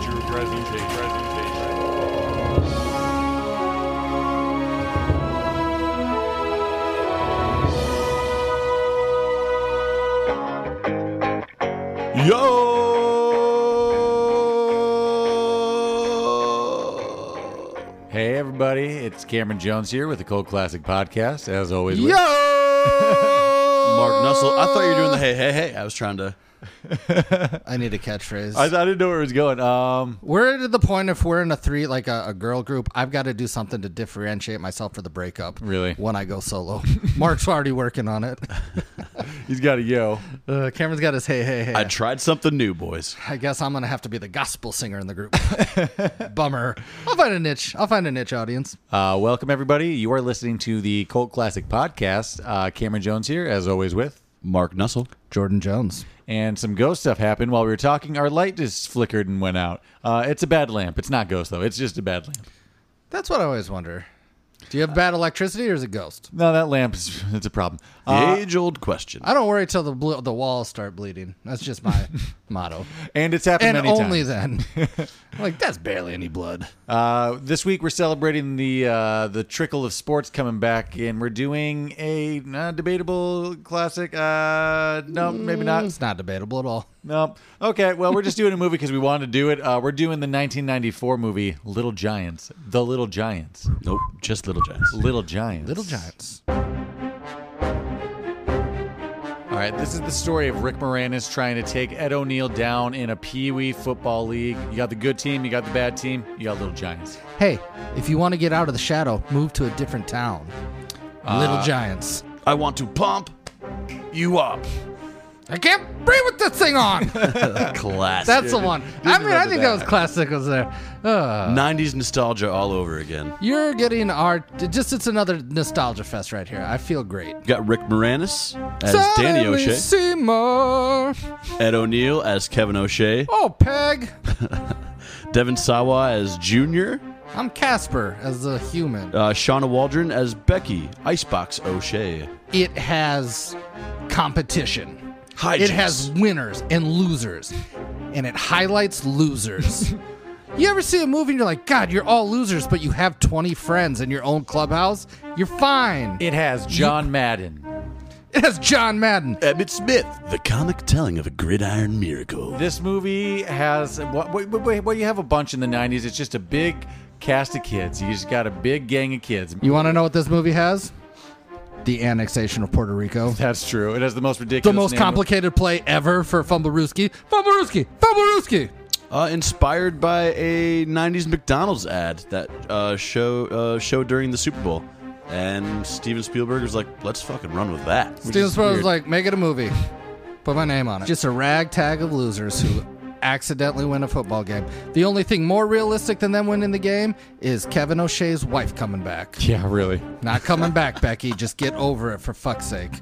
presentation. presentation. Yo! Hey, everybody, it's Cameron Jones here with the Cold Classic Podcast, as always. Yo! With- Mark Mark Nussel. I thought you were doing the hey, hey, hey. I was trying to. I need a catchphrase. I, I didn't know where it was going. Um, we're to the point if we're in a three, like a, a girl group, I've got to do something to differentiate myself for the breakup. Really? When I go solo. Mark's already working on it. he's got a yo. Uh, Cameron's got his hey, hey, hey. I tried something new, boys. I guess I'm going to have to be the gospel singer in the group. Bummer. I'll find a niche. I'll find a niche audience. Uh, welcome, everybody. You are listening to the Cold Classic Podcast. Uh, Cameron Jones here, as always, with. Mark Nussel. Jordan Jones. And some ghost stuff happened while we were talking. Our light just flickered and went out. Uh, it's a bad lamp. It's not ghost, though. It's just a bad lamp. That's what I always wonder. Do you have bad electricity or is it ghost? No, that lamp's it's a problem. The Uh, age old question. I don't worry till the blue, the walls start bleeding. That's just my motto. and it's happened And many only times. then. I'm like, that's barely any blood. Uh, this week we're celebrating the uh, the trickle of sports coming back, and we're doing a uh, debatable classic. Uh, no, maybe not. It's not debatable at all. No. Okay. Well, we're just doing a movie because we wanted to do it. Uh, we're doing the 1994 movie Little Giants. The Little Giants. nope, just Little Giants. Little Giants. Little Giants. All right, this is the story of Rick Moranis trying to take Ed O'Neill down in a Pee Wee football league. You got the good team, you got the bad team, you got Little Giants. Hey, if you want to get out of the shadow, move to a different town. Little Giants. I want to pump you up. I can't breathe with this thing on. Classic. That's the one. I mean, I the think that was classic. Was there? Uh, 90s nostalgia all over again. you're getting our just. It's another nostalgia fest right here. I feel great. Got Rick Moranis as Danny Sally O'Shea, Seymour. Ed O'Neill as Kevin O'Shea, Oh, Peg. Devin Sawa as Junior, I'm Casper as a human. uh, Shauna Waldron as Becky, Icebox O'Shea. it has competition. Hijinks. It has winners and losers, and it highlights losers. you ever see a movie and you're like, God, you're all losers, but you have 20 friends in your own clubhouse? You're fine. It has John Madden. It has John Madden. Emmett Smith, the comic telling of a gridiron miracle. This movie has what, what, what, what you have a bunch in the 90s. It's just a big cast of kids. You just got a big gang of kids. You want to know what this movie has? The annexation of Puerto Rico. That's true. It has the most ridiculous The most name of- complicated play ever for Fumblerooski. Fumblerooski! Fumblerooski! Uh, inspired by a '90s McDonald's ad that uh, show uh, showed during the Super Bowl, and Steven Spielberg was like, "Let's fucking run with that." Steven Spielberg's like, make it a movie. Put my name on it. Just a ragtag of losers who accidentally win a football game. The only thing more realistic than them winning the game is Kevin O'Shea's wife coming back. Yeah, really. Not coming back, Becky. Just get over it for fuck's sake.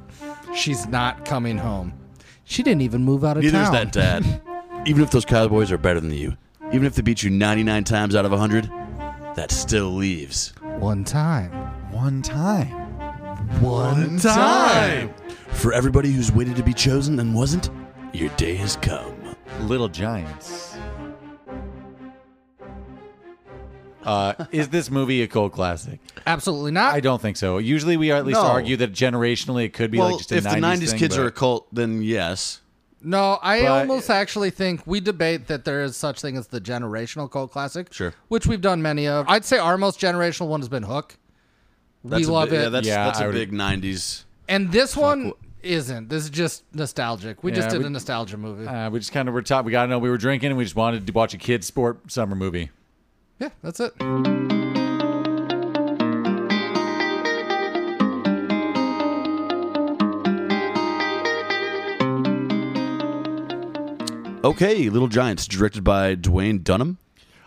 She's not coming home. She didn't even move out of Neither is town. that dad. Even if those Cowboys are better than you, even if they beat you 99 times out of 100, that still leaves One time. One time. One time for everybody who's waited to be chosen and wasn't. Your day has come. Little Giants. Uh, is this movie a cult classic? Absolutely not. I don't think so. Usually, we at least No. argue that generationally it could be like just a if 90s the '90s thing, kids but- are a cult, then yes. No, I But- almost actually think we debate that there is such thing as the generational cult classic. Sure. Which we've done many of. I'd say our most generational one has been Hook. That's we a love bi- it. Yeah, that's, Yeah, that's I a would- big '90s. and this one isn't. This is just nostalgic. We just Yeah, did we- a nostalgia movie. Uh, we just kind of were taught we got to know we were drinking and we just wanted to watch a kids sport summer movie. yeah, that's it. Okay, Little Giants, directed by Dwayne Dunham.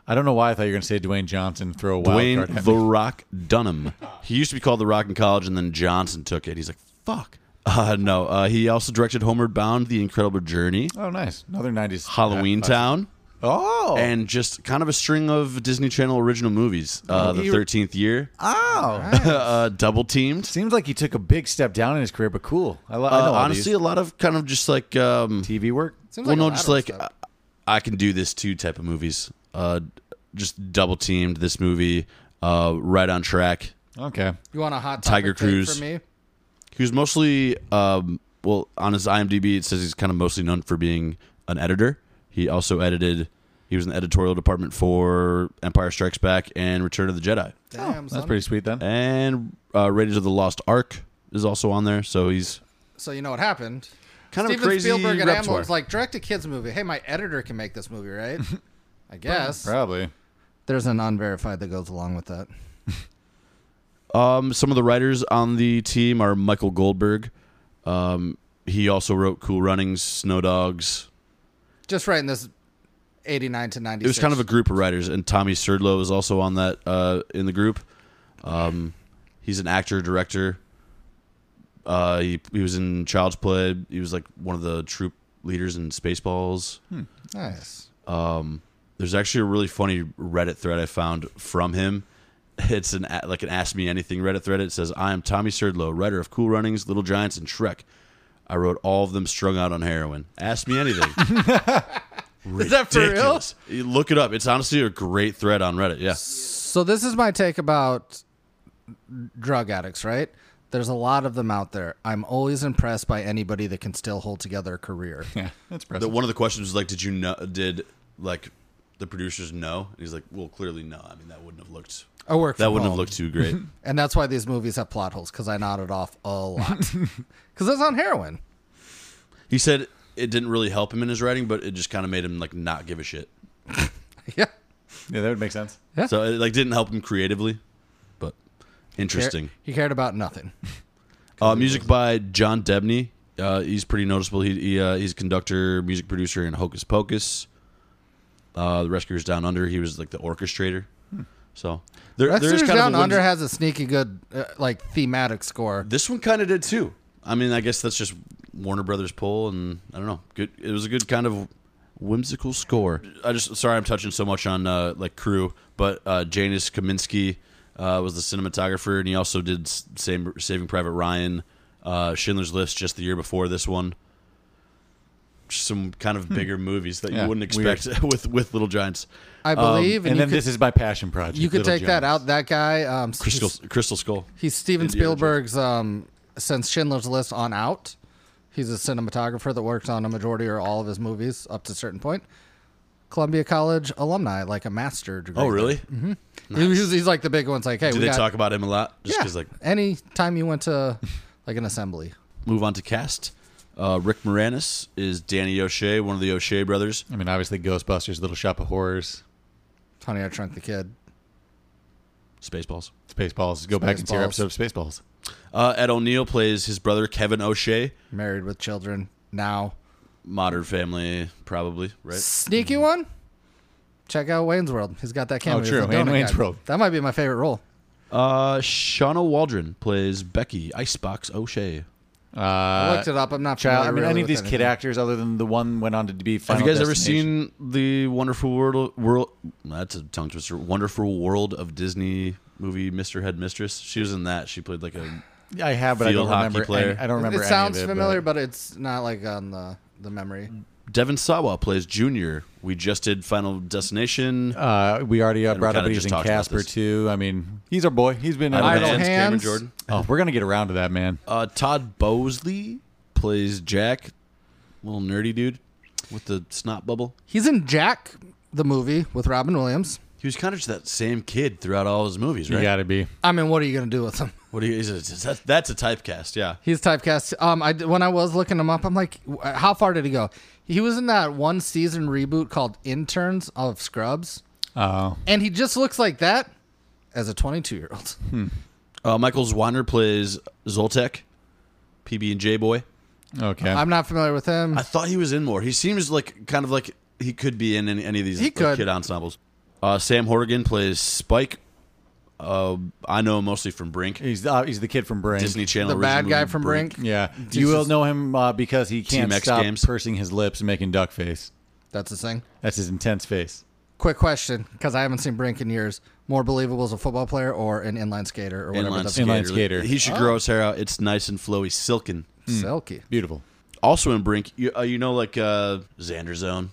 I don't know why I thought you were going to say Dwayne Johnson throw a wild card. Dwayne at The me. Rock Dunham. He used to be called The Rock in college, and then Johnson took it. He's like, fuck. Uh, no, uh, he also directed Homeward Bound, The Incredible Journey, Oh, nice. Another 90s. Halloween Uh, Town, Oh. and just kind of a string of Disney Channel original movies. Uh, the He- 13th Year, oh. uh, Double Teamed. Seems like he took a big step down in his career, but cool. I, lo- I Uh, know all honestly, a lot of kind of just like, um, these. TV work. Seems well, like a no, lot just of like, uh, stuff. I, I can do this too type of movies. uh, just double teamed this movie uh, right on track. Okay. You want a hot Tiger topic take Cruise. Oh, for me? He was mostly um, well on his IMDb. It says he's kind of mostly known for being an editor. He also edited. He was in the editorial department for Empire Strikes Back and Return of the Jedi, Damn, son. That's pretty sweet then. and uh, Raiders of the Lost Ark is also on there. So he's So you know what happened? Kind of a Steven crazy Spielberg and repertoire. Amblins like direct a kids movie. Hey, my editor can make this movie, right? I guess Probably. there's an unverified that goes along with that. Um, some of the writers on the team are Michael Goldberg. Um, he also wrote Cool Runnings, Snow Dogs. Just right in this 89 to 96. It was kind of a group of writers, and Tommy Serdlow is also on that uh, in the group. Um, he's an actor, director. Uh, he he was in Child's Play. He was like one of the troop leaders in Spaceballs. nice. There's actually a really funny Reddit thread I found from him. It's an a- like an Ask Me Anything Reddit thread. It says, "I am Tommy Serdlow, writer of Cool Runnings, Little Giants, and Shrek. I wrote all of them strung out on heroin. Ask me anything." Is that for real? Ridiculous. You Look it up. It's honestly a great thread on Reddit. Yeah, So this is my take about drug addicts, right? There's a lot of them out there. I'm always impressed by anybody that can still hold together a career. Yeah, that's the, impressive. one of the questions was like, "Did you know? Did like the producers know?" And he's like, "Well, clearly no. I mean, that wouldn't have looked." I work. That from wouldn't have home. looked too great. and that's why these movies have plot holes because I nodded off a lot because that's on heroin. he said it didn't really help him in his writing, but it just kind of made him like not give a shit. Yeah, yeah, that would make sense. So it like didn't help him creatively, but interesting. He cared about nothing. Uh, music by John Debney. Uh, he's pretty noticeable. He, he uh, he's a conductor, music producer in Hocus Pocus. Uh, the Rescuers Down Under. He was like the orchestrator. So there, there is Hmm. Rescuers kind of Down a whims- Under has a sneaky good uh, like thematic score. This one kind of did too. I mean, I guess that's just Warner Brothers pull, and I don't know. Good. It was a good kind of whimsical score. I just sorry I'm touching so much on uh, like crew, but uh, Janus Kaminsky uh, was the cinematographer, and he also did s- same Saving Private Ryan, uh, Schindler's List, just the year before this one. Just Some kind Hmm. of bigger movies that Yeah, you wouldn't expect with with Little Giants. I believe, Um, And, and, then you could, this is my passion project. you could Little take that Giants. out. That guy, um, s- Crystal he's, Crystal Skull. he's Steven Indiana Jones. Spielberg's um, since Schindler's List on out. He's a cinematographer that works on a majority or all of his movies up to a certain point. Columbia College alumni, like a master degree. Oh, really? He- He's, he's like the big ones. Like, hey, Do Mm-hmm. we they got, talk about him a lot? Just Yeah. because like any time you went to like an assembly. move on to cast. Uh, Rick Moranis is Danny O'Shea, one of the O'Shea brothers. I mean, obviously, Ghostbusters, Little Shop of Horrors, Honey, I Shrunk the Kid. Spaceballs. Spaceballs. Go back and see our Spaceballs. episode of Spaceballs. Uh, Ed O'Neill plays his brother Kevin O'Shea. Married with Children. Now. Modern Family, probably right. Mm-hmm. Sneaky one? Check out Wayne's World. He's got that camera. Oh, true. And Wayne's World. That might be my favorite role. Uh, Shauna Waldron plays Becky Icebox O'Shea. Uh, I looked it up. I'm not Child, familiar I mean, really any of with these anything. kid actors, other than the one went on to be. Have Final you guys ever Destination. seen the Wonderful World? World that's a tongue twister. Wonderful World of Disney movie, Mr. Head Mistress. She was in that. She played like a. I have, but I don't field hockey remember. any- player? I don't remember. It any sounds of it, familiar, but but... it's not like on the, the memory. Devin Sawa plays Junior. We just did Final Destination. uh, we already uh, we brought up that kinda he's just in talked about Casper this. too. I mean, he's our boy. He's been. Idle uh, Hands. Cameron Hands. Jordan. oh, we're gonna get around to that, man. Uh, Todd Bosley plays Jack, little nerdy dude with the snot bubble. He's in Jack, the movie with Robin Williams. He was kind of just that same kid throughout all his movies, You right? gotta be. I mean, what are you going to do with him? What do you? Is it, is that, that's a typecast, yeah. He's typecast. Um, I when I was looking him up, I'm like, w- how far did he go? He was in that one season reboot called Interns of Scrubs, Oh, and he just looks like that as a 22 year old. Uh, Michael Zwander plays Zoltek, PB and J boy. okay. I'm not familiar with him. I thought he was in more. He seems like kind of like he could be in any, any of these He like, could. kid ensembles. Uh, Sam Horgan plays Spike. Uh, I know him mostly from Brink, he's uh, he's the kid from Brain. Disney Channel. the bad original guy movie, from Brink. Yeah, you will know him uh, because he can't Team X stop Games. pursing his lips and making duck face. That's the thing. That's his intense face. Quick question, because I haven't seen Brink in years. More believable as a football player or an inline skater or whatever. Inline that's skater. Inline skater. He should grow his hair out. It's nice and flowy, silken. Hmm. Silky. Beautiful. Also in Brink, you, uh, you know, like uh, Xander Zone.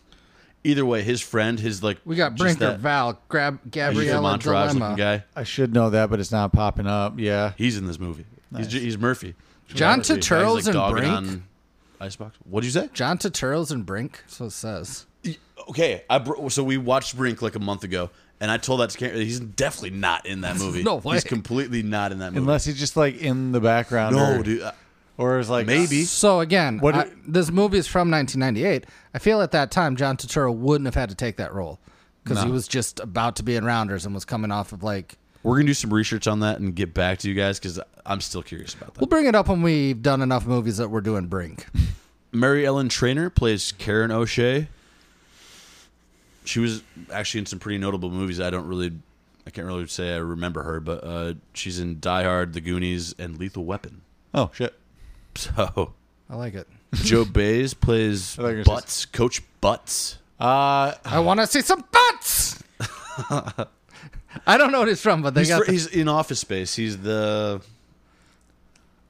Either way, his friend, his like We got just Brinker, that- Val, Grab, he's the Gabriella, entourage looking Dilemma. guy. I should know that, but it's not popping up. Yeah. He's in this movie. He's He's, he's Murphy. John Murphy. He's, Turturro's in dogging Brink? on Icebox. What'd you say? John Turturro's and Brink. So it says. Okay, I br- so we watched Brink like a month ago, and I told that to Cameron, he's definitely not in that movie. No way. He's completely not in that movie. Unless he's just like in the background. no, or, dude. I- Or is like Maybe. So again, What I- do- this movie is from 1998. I feel at that time John Turturro wouldn't have had to take that role because he was just about to be in Rounders and was coming off of like. We're gonna do some research on that and get back to you guys because I'm still curious about that. We'll bring it up when we've done enough movies that we're doing Brink. Mary Ellen Trainer plays Karen O'Shea. She was actually in some pretty notable movies. I don't really, I can't really say I remember her, but uh, she's in Die Hard, The Goonies, and Lethal Weapon. Oh shit. So I like it. Joe Bays plays thought you were gonna say- Butts, Coach Butts. Uh I want to see some butts. I don't know what he's from, but they He's, got fr- the- he's in Office Space. He's the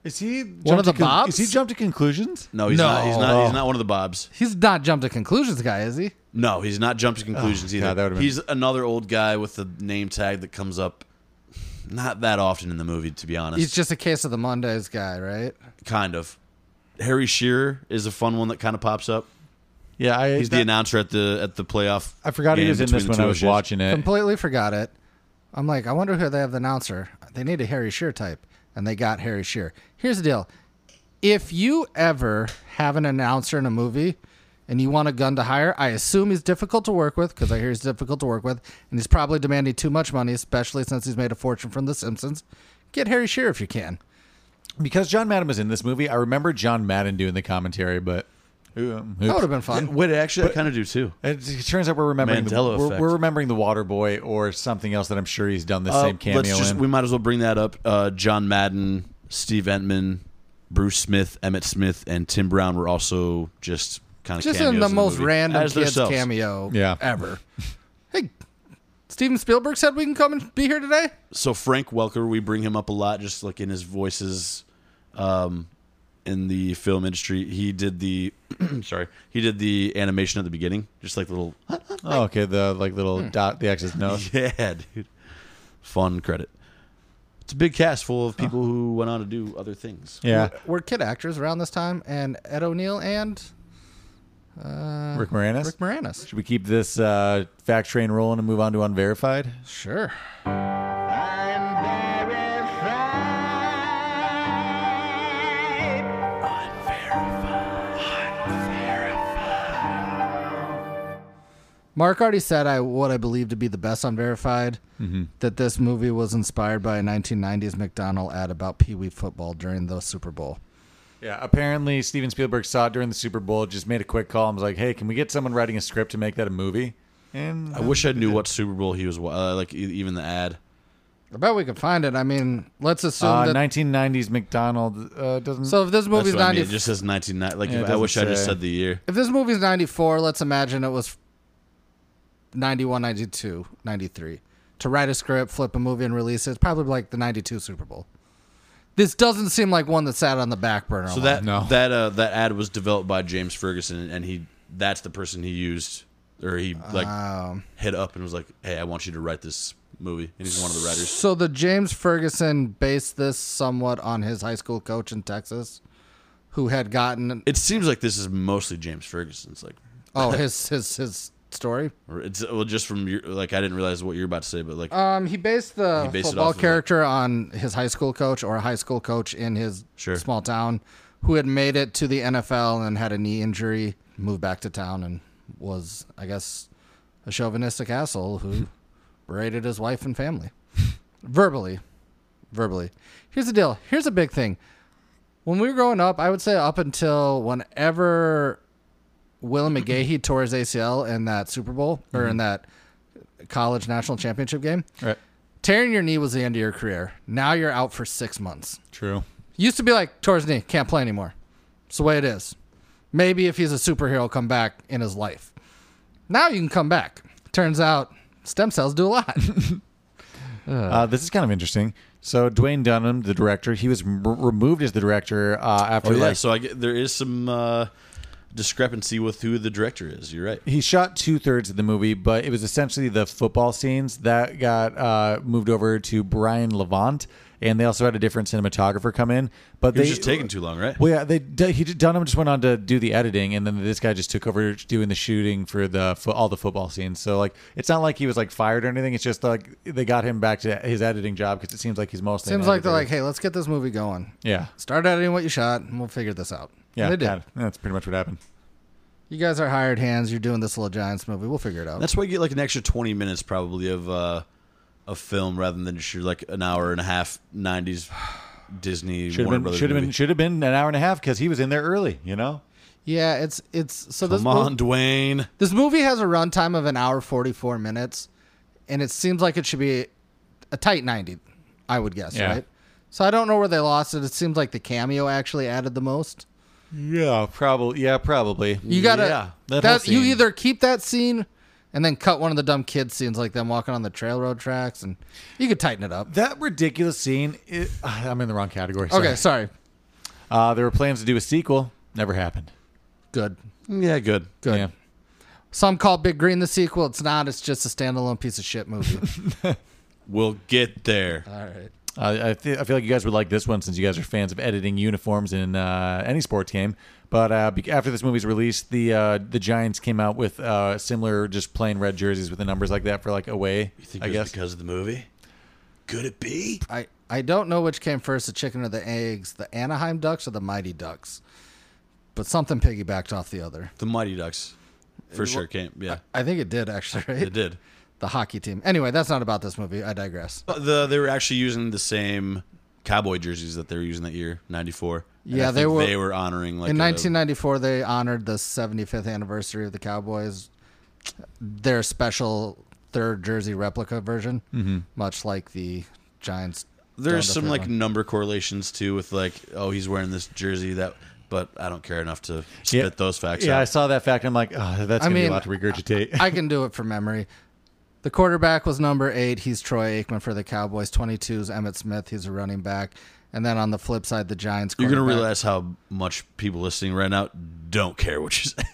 is he One of jumped to the Bobs? Is he jumped to conclusions? no. He's not. He's No. not. Oh. He's not one of the Bobs. he's not jumped to conclusions, guy, is he? No, he's not jumped to conclusions Oh, God, either. that would've been- He's another old guy with the name tag that comes up not that often in the movie, to be honest. He's just a case of the Mondays guy, right? kind of. Harry Shearer is a fun one that kind of pops up. Yeah, I He's the that- announcer at the at the playoff. I forgot he game was in between this the when two I of was us. watching it. Completely forgot it. I'm like, I wonder who they have the announcer. They need a Harry Shearer type, and they got Harry Shearer. Here's the deal: if you ever have an announcer in a movie and you want a gun to hire, I assume he's difficult to work with because I hear he's difficult to work with, and he's probably demanding too much money, especially since he's made a fortune from The Simpsons. Get Harry Shearer if you can. because John Madden was in this movie, I remember John Madden doing the commentary, but who, um, who- That would have been fun. Wait, actually, I kind of do too. It, it turns out we're remembering the, Mandela we're, effect. we're remembering the Water Boy or something else that I'm sure he's done the Uh, same cameo let's just in. we might as well bring that up. Uh, John Madden, Steve Entman, Bruce Smith, Emmett Smith, and Tim Brown were also just kind of Just cameos in the most movie, random as kids themselves. cameo Yeah. ever. hey, Steven Spielberg said we can come and be here today. so Frank Welker, we bring him up a lot, just like in his voices, um, in the film industry. He did the, sorry, he did the animation at the beginning, just like little, oh, okay, the like little Hmm. dot the X's nose. yeah, dude, fun credit. It's a big cast full of people who went on to do other things. Yeah, We're kid actors around this time, and Ed O'Neill and uh, Rick Moranis. Rick Moranis. Should we keep this uh, fact train rolling and move on to unverified? Sure. Mark already said I what I believe to be the best unverified Mm-hmm. that this movie was inspired by a 1990s McDonald ad about Pee Wee football during the Super Bowl. Yeah, apparently Steven Spielberg saw it during the Super Bowl, just made a quick call and was like, "Hey, can we get someone writing a script to make that a movie?" And uh, I wish I knew what Super Bowl he was wa- uh, like, e- even the ad. I bet we could find it. I mean, let's assume uh, that. 1990s McDonald uh, doesn't. so if this That's movie's what I 90, mean. It just says 1990. Like, Yeah, it I wish I doesn't just say. said the year. if this movie's 94 let's imagine it was 91 92 93 to write a script flip a movie and release it it's probably like the 92 super bowl this doesn't seem like one that sat on the back burner So a that lot. No. that uh, that ad was developed by James Ferguson, and he that's the person he used, or he like hit up and was like, "Hey, I want you to write this movie," and he's one of the writers. so the james ferguson based this somewhat on his high school coach in texas who had gotten It seems like this is mostly James Ferguson's like, oh his his his story or it's well, just from your like I didn't realize what you're about to say, but like um he based the He based it off football of, like- character on his high school coach or a high school coach in his Sure. small town who had made it to the NFL and had a knee injury, moved back to town, and was, I guess, a chauvinistic asshole who berated his wife and family. Verbally. Verbally. Here's the deal. Here's a big thing. When we were growing up, I would say up until whenever Willem McGahee tore his ACL in that Super Bowl or in that college national championship game, right. tearing your knee was the end of your career. Now you're out for six months. True. Used to be like tore his knee, can't play anymore. It's the way it is. Maybe if he's a superhero, he'll come back in his life. Now you can come back. Turns out stem cells do a lot. Uh, this is kind of interesting. So Dwayne Dunham, the director, he was m- removed as the director uh, after oh yeah, like so I get, there is some uh, discrepancy with who the director is. You're right. he shot two thirds of the movie, but it was essentially the football scenes that got uh, moved over to Brian Levant, and they also had a different cinematographer come in. But He they was just taking too long, right? Well, yeah, they he Dunham just went on to do the editing, and then this guy just took over doing the shooting for the fo- all the football scenes. So like, it's not like he was like fired or anything. It's just like they got him back to his editing job because it seems like he's mostly an Seems like they're like, editor. hey, let's get this movie going. yeah Start editing what you shot, and we'll figure this out. yeah And they did. kinda. that's pretty much what happened. You guys are hired hands. You're doing this little Giants movie. We'll figure it out. That's why you get like an extra 20 minutes probably of uh, of film rather than just your like an hour and a half 90s Disney Should Warner have been Brothers should have been movie. should have been an hour and a half because he was in there early. You know, yeah, it's it's so this Come mo- on, Dwayne. this movie has a runtime of an hour forty four minutes, and it seems like it should be a tight ninety, I would guess, Yeah. right? So I don't know where they lost it. It seems like the cameo actually added the most. yeah, probably yeah, probably. You gotta Yeah, that that, whole you scene. either keep that scene and then cut one of the dumb kid scenes like them walking on the trail road tracks, and you could tighten it up. That ridiculous scene. It, I'm in the wrong category. Sorry. Okay, sorry. Uh, there were plans to do a sequel. Never happened. Good. Yeah, good. Good. Yeah. Some call Big Green the sequel. It's not. It's just a standalone piece of shit movie. We'll get there. All right. Uh, I, th- I feel like you guys would like this one since you guys are fans of editing uniforms in uh, any sports game. But uh, be- after this movie's released, the uh, the Giants came out with uh, similar, just plain red jerseys with the numbers like that for like away. You think I it was guess. because of the movie? Could it be? I, I don't know which came first, the chicken or the eggs, the Anaheim Ducks or the Mighty Ducks, but something piggybacked off the other. The Mighty Ducks, for sure. Came, yeah, I think it did actually, right? it did. The hockey team. Anyway, that's not about this movie. I digress. But the they were actually using the same cowboy jerseys that they were using that year, '94. Yeah, they were- They were honoring like In a- 1994, they honored the 75th anniversary of the Cowboys. Their special third jersey replica version, much like the Giants. Mm-hmm. There's down to some third like one. number correlations too with like, oh, he's wearing this jersey that, but I don't care enough to spit those facts. Yeah, I out. saw that fact. I'm like, oh, that's I gonna be mean, a lot to regurgitate. I can do it from memory. The quarterback was number eight. He's Troy Aikman for the Cowboys. 22 is Emmett Smith. He's a running back. And then on the flip side, the Giants. You're gonna quarterback- realize how much people listening right now don't care what you say.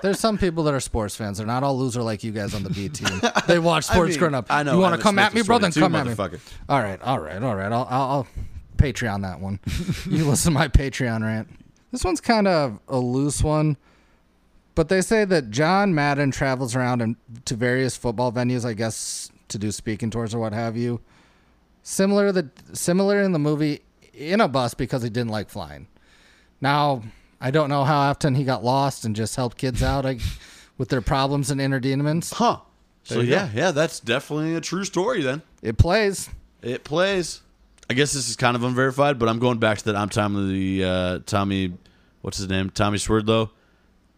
there's some people that are sports fans. They're not all loser like you guys on the B team. They watch sports growing up. I know You want to Emmett come Smith at me, was brother? Then 22, come at me. motherfucker. All right, all right, all right. I'll, I'll, I'll Patreon that one. you listen to my Patreon rant. This one's kind of a loose one, but they say that John Madden travels around and to various football venues, I guess, to do speaking tours or what have you. Similar the similar in the movie in a bus because he didn't like flying. Now I don't know how often he got lost and just helped kids out I, with their problems and inner demons. Huh? So yeah, yeah, that's definitely a true story. Then It plays. It plays. I guess this is kind of unverified, but I'm going back to that. I'm Tommy, uh, Tommy, what's his name? Tommy Swerdlow,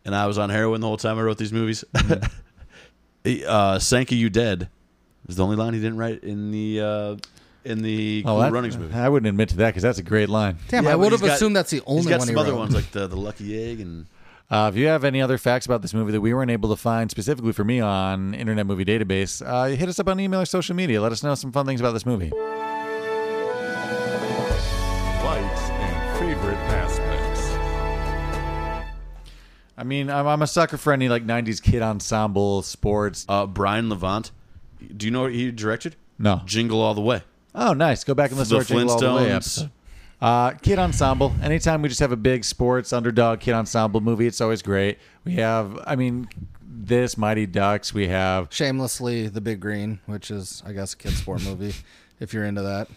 and I was on heroin the whole time I wrote these movies. Mm-hmm. He, uh, Sankey, you dead is the only line he didn't write in the uh, in the Oh, Cool that- Runnings movie. I wouldn't admit to that because that's a great line. Damn, Yeah, I but would have he's got- assumed that's the only He's got one some he other wrote. ones like the the Lucky Egg and Uh, if you have any other facts about this movie that we weren't able to find specifically for me on Internet Movie Database, uh, hit us up on email or social media. Let us know some fun things about this movie. Likes and favorite aspects. I mean, I'm, I'm a sucker for any like '90s kid ensemble sports. uh, Brian Levant. Do you know what he directed? No. Jingle All the Way. Oh, nice. Go back and listen The to our Jingle all the way Flintstones. episode. Uh, kid ensemble. Anytime we just have a big sports underdog kid ensemble movie, it's always great. We have, I mean, this Mighty Ducks. We have Shamelessly, The Big Green, which is, I guess, a kid sport movie, if you're into that.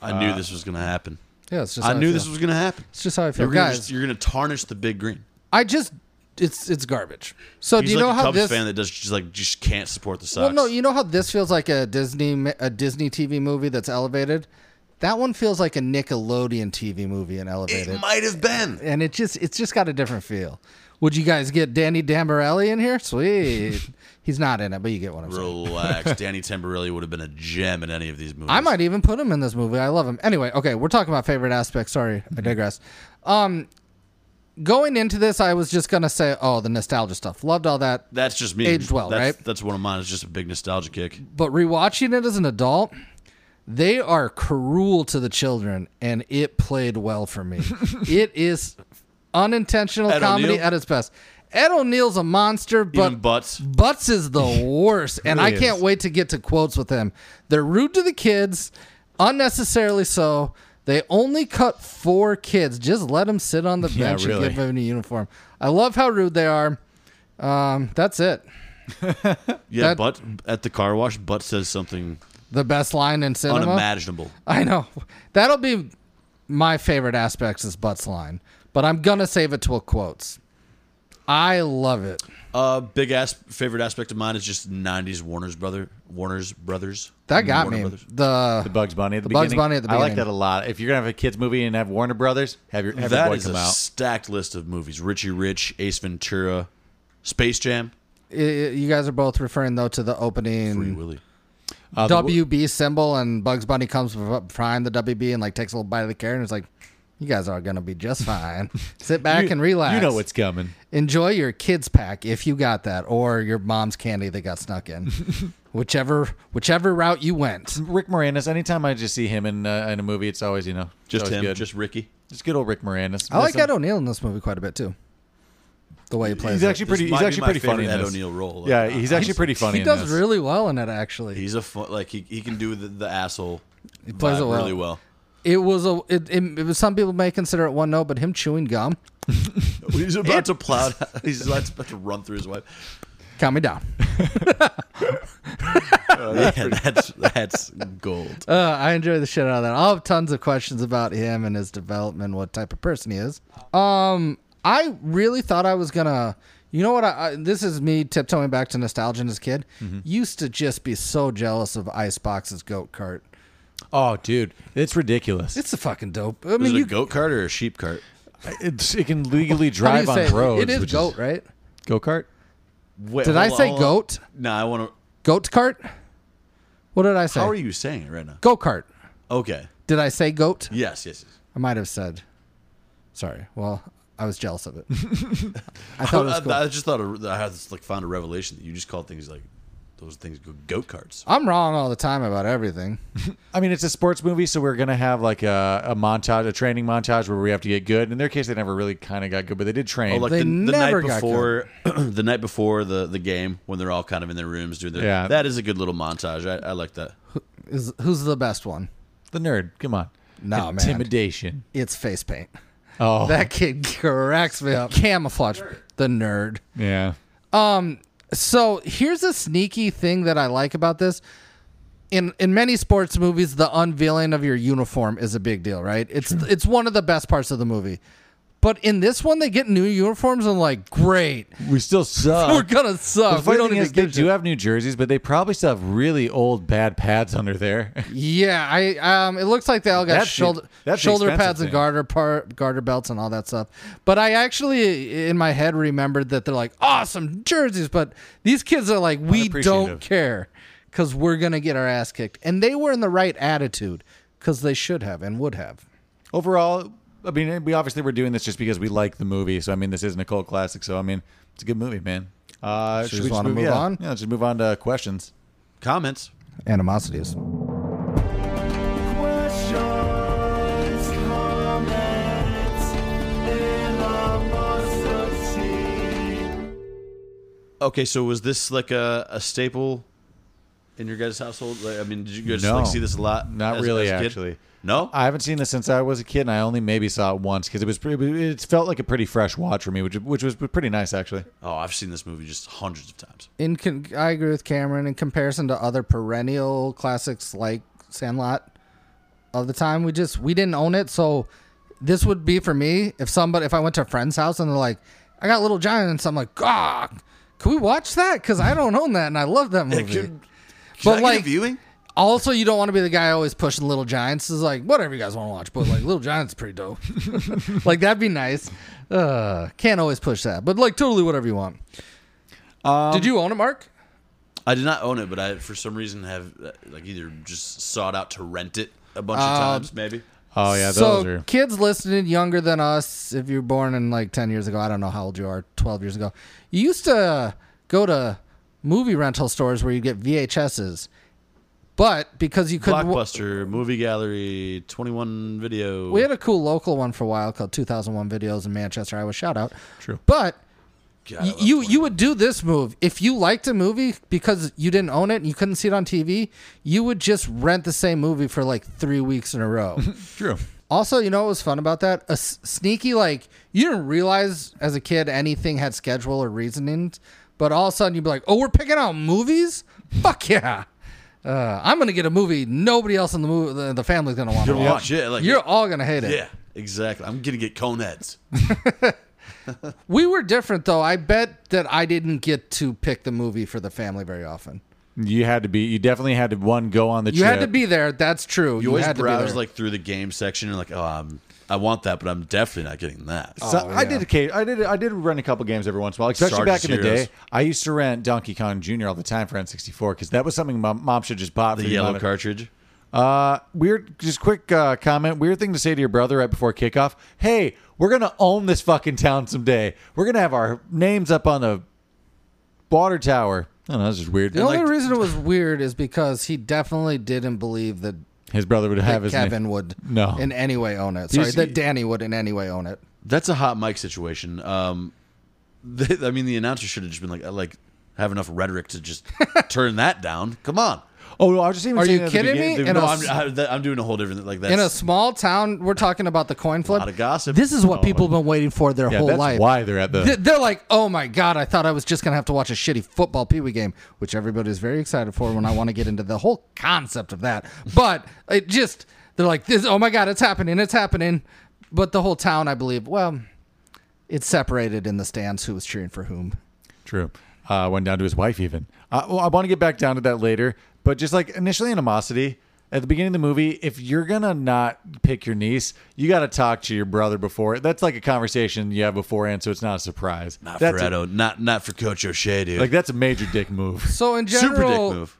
I knew this was gonna happen. Yeah, it's Uh, just. I how knew feel. this was gonna happen. It's just how I feel, You're gonna, guys. just, you're gonna tarnish the big green. I just, it's it's garbage. So He's do you like know a how Cubs this? fan that does just like just can't support the well, Sox. no, you know how this feels like a Disney a Disney TV movie that's elevated. That one feels like a Nickelodeon TV movie and elevated, it might have been. and it just it's just got a different feel. Would you guys get Danny Dambarelli in here? Sweet, he's not in it, but you get what I'm saying. Relax, Danny Tamborelli would have been a gem in any of these movies. I might even put him in this movie. I love him. Anyway, okay, we're talking about favorite aspects. Sorry, Mm-hmm. I digress. Um, going into this, I was just gonna say, oh, the nostalgia stuff. Loved all that, That's just me. Aged well, that's, right? That's one of mine. It's just a big nostalgia kick. but rewatching it as an adult, they are cruel to the children, and it played well for me. it is unintentional Ed comedy O'Neill? at its best. Ed O'Neill's a monster, but Even butts. Butts is the worst, and I Really can't is. wait to get to quotes with him. They're rude to the kids, unnecessarily so. They only cut four kids. Just let them sit on the Yeah, bench really. and give them a uniform. I love how rude they are. Um, that's it. Yeah, That- but at the car wash, butt says something The best line in cinema. unimaginable. I know. That'll be my favorite aspects is Butt's line, but I'm gonna save it till quotes. I love it. Uh, big ass favorite aspect of mine is just '90s Warner's brother, Warner's brothers. That got Warner me. Brothers. The, The Bugs Bunny at the, The Bugs beginning. Bunny at the I like beginning. that a lot. If you're gonna have a kids movie and have Warner Brothers, have your have That your boy is come a out. stacked list of movies: Richie Rich, Ace Ventura, Space Jam, i- i- you guys are both referring though to the Mm. Free opening Willy. Uh, the- WB symbol, and Bugs Bunny comes up behind the WB and like takes a little bite of the carrot and is like, "You guys are gonna be just fine. Sit back you- and relax. You know what's coming. enjoy your kids pack if you got that, or your mom's candy that got snuck in, whichever whichever route you went." Rick Moranis. Anytime I just see him in uh, in a movie, it's always you know it's Just always him, Good. just Ricky. Just good old Rick Moranis. I like Listen, Ed O'Neill in this movie quite a bit too. The way he plays, He's it. actually This pretty. might He's be actually my pretty favorite funny. in Ed this. O'Neill role. Like, Yeah, I- he's actually pretty funny. he in does this. really well in it. Actually, He's a fun, like he, he can do the, the asshole. He plays it well. really well. it was a it, it, it was some people may consider it one note, but him chewing gum, He's about to plow. He's about to, about to run through his wife. count me down. Uh, yeah, that's that's gold. Uh, I enjoy the shit out of that. I'll have tons of questions about him and his development, what type of person he is. Um, I really thought I was gonna. You know what? I, I this is me tiptoeing back to nostalgia as a kid. Mm-hmm. Used to just be so jealous of Icebox's goat cart. Oh, dude, it's ridiculous. It's a fucking dope. I Is mean, it a you goat cart or a sheep cart? It's, it can legally how do you drive say on it? roads. It is which goat, right? Go kart. Wait, Did hold I on, say hold on. goat? No, I want to. Goat cart? What did I say? How are you saying it right now? Go kart. Okay. Did I say goat? Yes, yes. yes. I might have said. Sorry. Well, I was jealous of it. I thought it was I, cool. I just thought of- I had this, like found a revelation that you just called things like those things go goat carts. I'm wrong all the time about everything. I mean, it's a sports movie, so we're gonna have like a, a montage, a training montage where we have to get good. In their case, they never really kind of got good, but they did train. Oh, like They the, the never night got before, the night before the the game when they're all kind of in their rooms doing their. Yeah. That is a good little montage. I, I like that. Is who's the best one? the nerd. Come on. Nah, man. Intimidation. It's face paint. Oh, That kid cracks me up. Camouflage. The nerd. yeah. So here's a sneaky thing that I like about this. In in many sports movies, the unveiling of your uniform is a big deal, right? It's it's one of the best parts of the movie. But in this one, they get new uniforms and like, great, We still suck. we're gonna Uh, the suck. We funny don't thing even is, they give do do have new jerseys, but they probably still have really old bad pads under there. Yeah, I um, it looks like they all got That's the- shoulder that's the shoulder expensive pads and thing. garter par, garter belts and all that stuff. But I actually in my head remembered that they're like awesome jerseys, but these kids are like we Unappreciative. don't care because we're gonna get our ass kicked, and they were in the right attitude because they should have and would have. Overall, I mean, we obviously were doing this just because we like the movie. So I mean, this is not a cult classic. So I mean, it's a good movie, man. Uh, just wanna move yeah. on? Yeah, let's just move on to questions. Comments. Animosities. Questions, comments, animosity. Okay, so was this like a, a staple in your guys' household? Like, I mean, did you guys No. like see this a lot? Not as- really, as a kid? actually. No. I haven't seen this since I was a kid, and I only maybe saw it once because it was pretty. It felt like a pretty fresh watch for me, which which was pretty nice actually. oh, I've seen this movie just hundreds of times. In con- I agree with Cameron in comparison to other perennial classics like Sandlot. Of the time we just we didn't own it, so this would be for me if somebody if I went to a friend's house and they're like, "I got Little Giants," I'm like, "God, can we watch that? Because I don't own that and I love that movie." Can I but get a like, viewing. also you don't want to be the guy always pushing Little Giants. Is like whatever you guys want to watch, but like Little Giants is pretty dope. like that'd be nice. Uh, can't always push that, but like totally whatever you want. Did you own it, Mark? I did not own it, but I for some reason have uh, like either just sought out to rent it a bunch Um, of times, maybe. Oh yeah, so those are. kids listening younger than us if you were born in like 10 years ago i don't know how old you are 12 years ago you used to go to movie rental stores where you get vhs's But because you couldn't, wa- Blockbuster, Movie Gallery, 21 Video. we had a cool local one for a while called 2001 Videos in Manchester, Iowa. Shout out. True. But God, I y- love you you would do this move if you liked a movie because you didn't own it and you couldn't see it on TV. You would just rent the same movie for like three weeks in a row. True. Also, you know what was fun about that? A s- sneaky, like, you didn't realize as a kid anything had schedule or reasoning, but all of a sudden you'd be like, oh, we're picking out movies? Fuck yeah. Uh, I'm going to get a movie nobody else in the, movie, the, the family's going to want to Gonna watch. watch it, like- You're all going to hate it. Yeah, exactly. I'm gonna get cone heads. We were different, though. I bet that I didn't get to pick the movie for the family very often. You had to be. You definitely had to one go on the. You trip. had to be there. That's true. You always had to be browse there. like through the game section and like, oh, I'm, I want that, but I'm definitely not getting that. So Oh, I yeah. did occa- I did I did rent a couple games every once in a while, especially Sergeant's back in the Heroes. day. I used to rent Donkey Kong Jr. all the time for N64 because that was something mom, mom should just bought for the you, yellow Mom. cartridge. Uh, weird. Just quick uh, comment. Weird thing to say to your brother right before kickoff. Hey, we're gonna own this fucking town someday. We're gonna have our names up on the water tower. I don't know. That's just weird. the only like- reason it was weird is because he definitely didn't believe that his brother would have that his Kevin name. would No. in any way own it. Sorry, He's- that Danny would in any way own it. That's a hot mic situation. Um, they, I mean, the announcer should have just been like, I like, have enough rhetoric to just turn that down. Come on. Oh, no, I was just even. Are saying you at the kidding beginning- me? the- In no, a I'm, s- I, that, I'm doing a whole different like that's in a small town, we're talking about the coin flip. lot of gossip. This is what people have been waiting for their yeah, whole that's life. why they're at the. Th- They're like, oh my god! I thought I was just gonna have to watch a shitty football peewee game, which everybody's very excited for. When I want to get into the whole concept of that, but it just they're like, this. Oh my god, it's happening! It's happening! But the whole town, I believe, well, it's separated in the stands who was cheering for whom. True. Uh, went down to his wife even. Uh, well, I want to get back down to that later, but just like initially animosity at the beginning of the movie, if you're gonna not pick your niece, you got to talk to your brother before. That's like a conversation you have beforehand, so it's not a surprise. not that's for a, Edo, not not for Coach O'Shea, dude. like that's a major dick move. So in general, super dick move.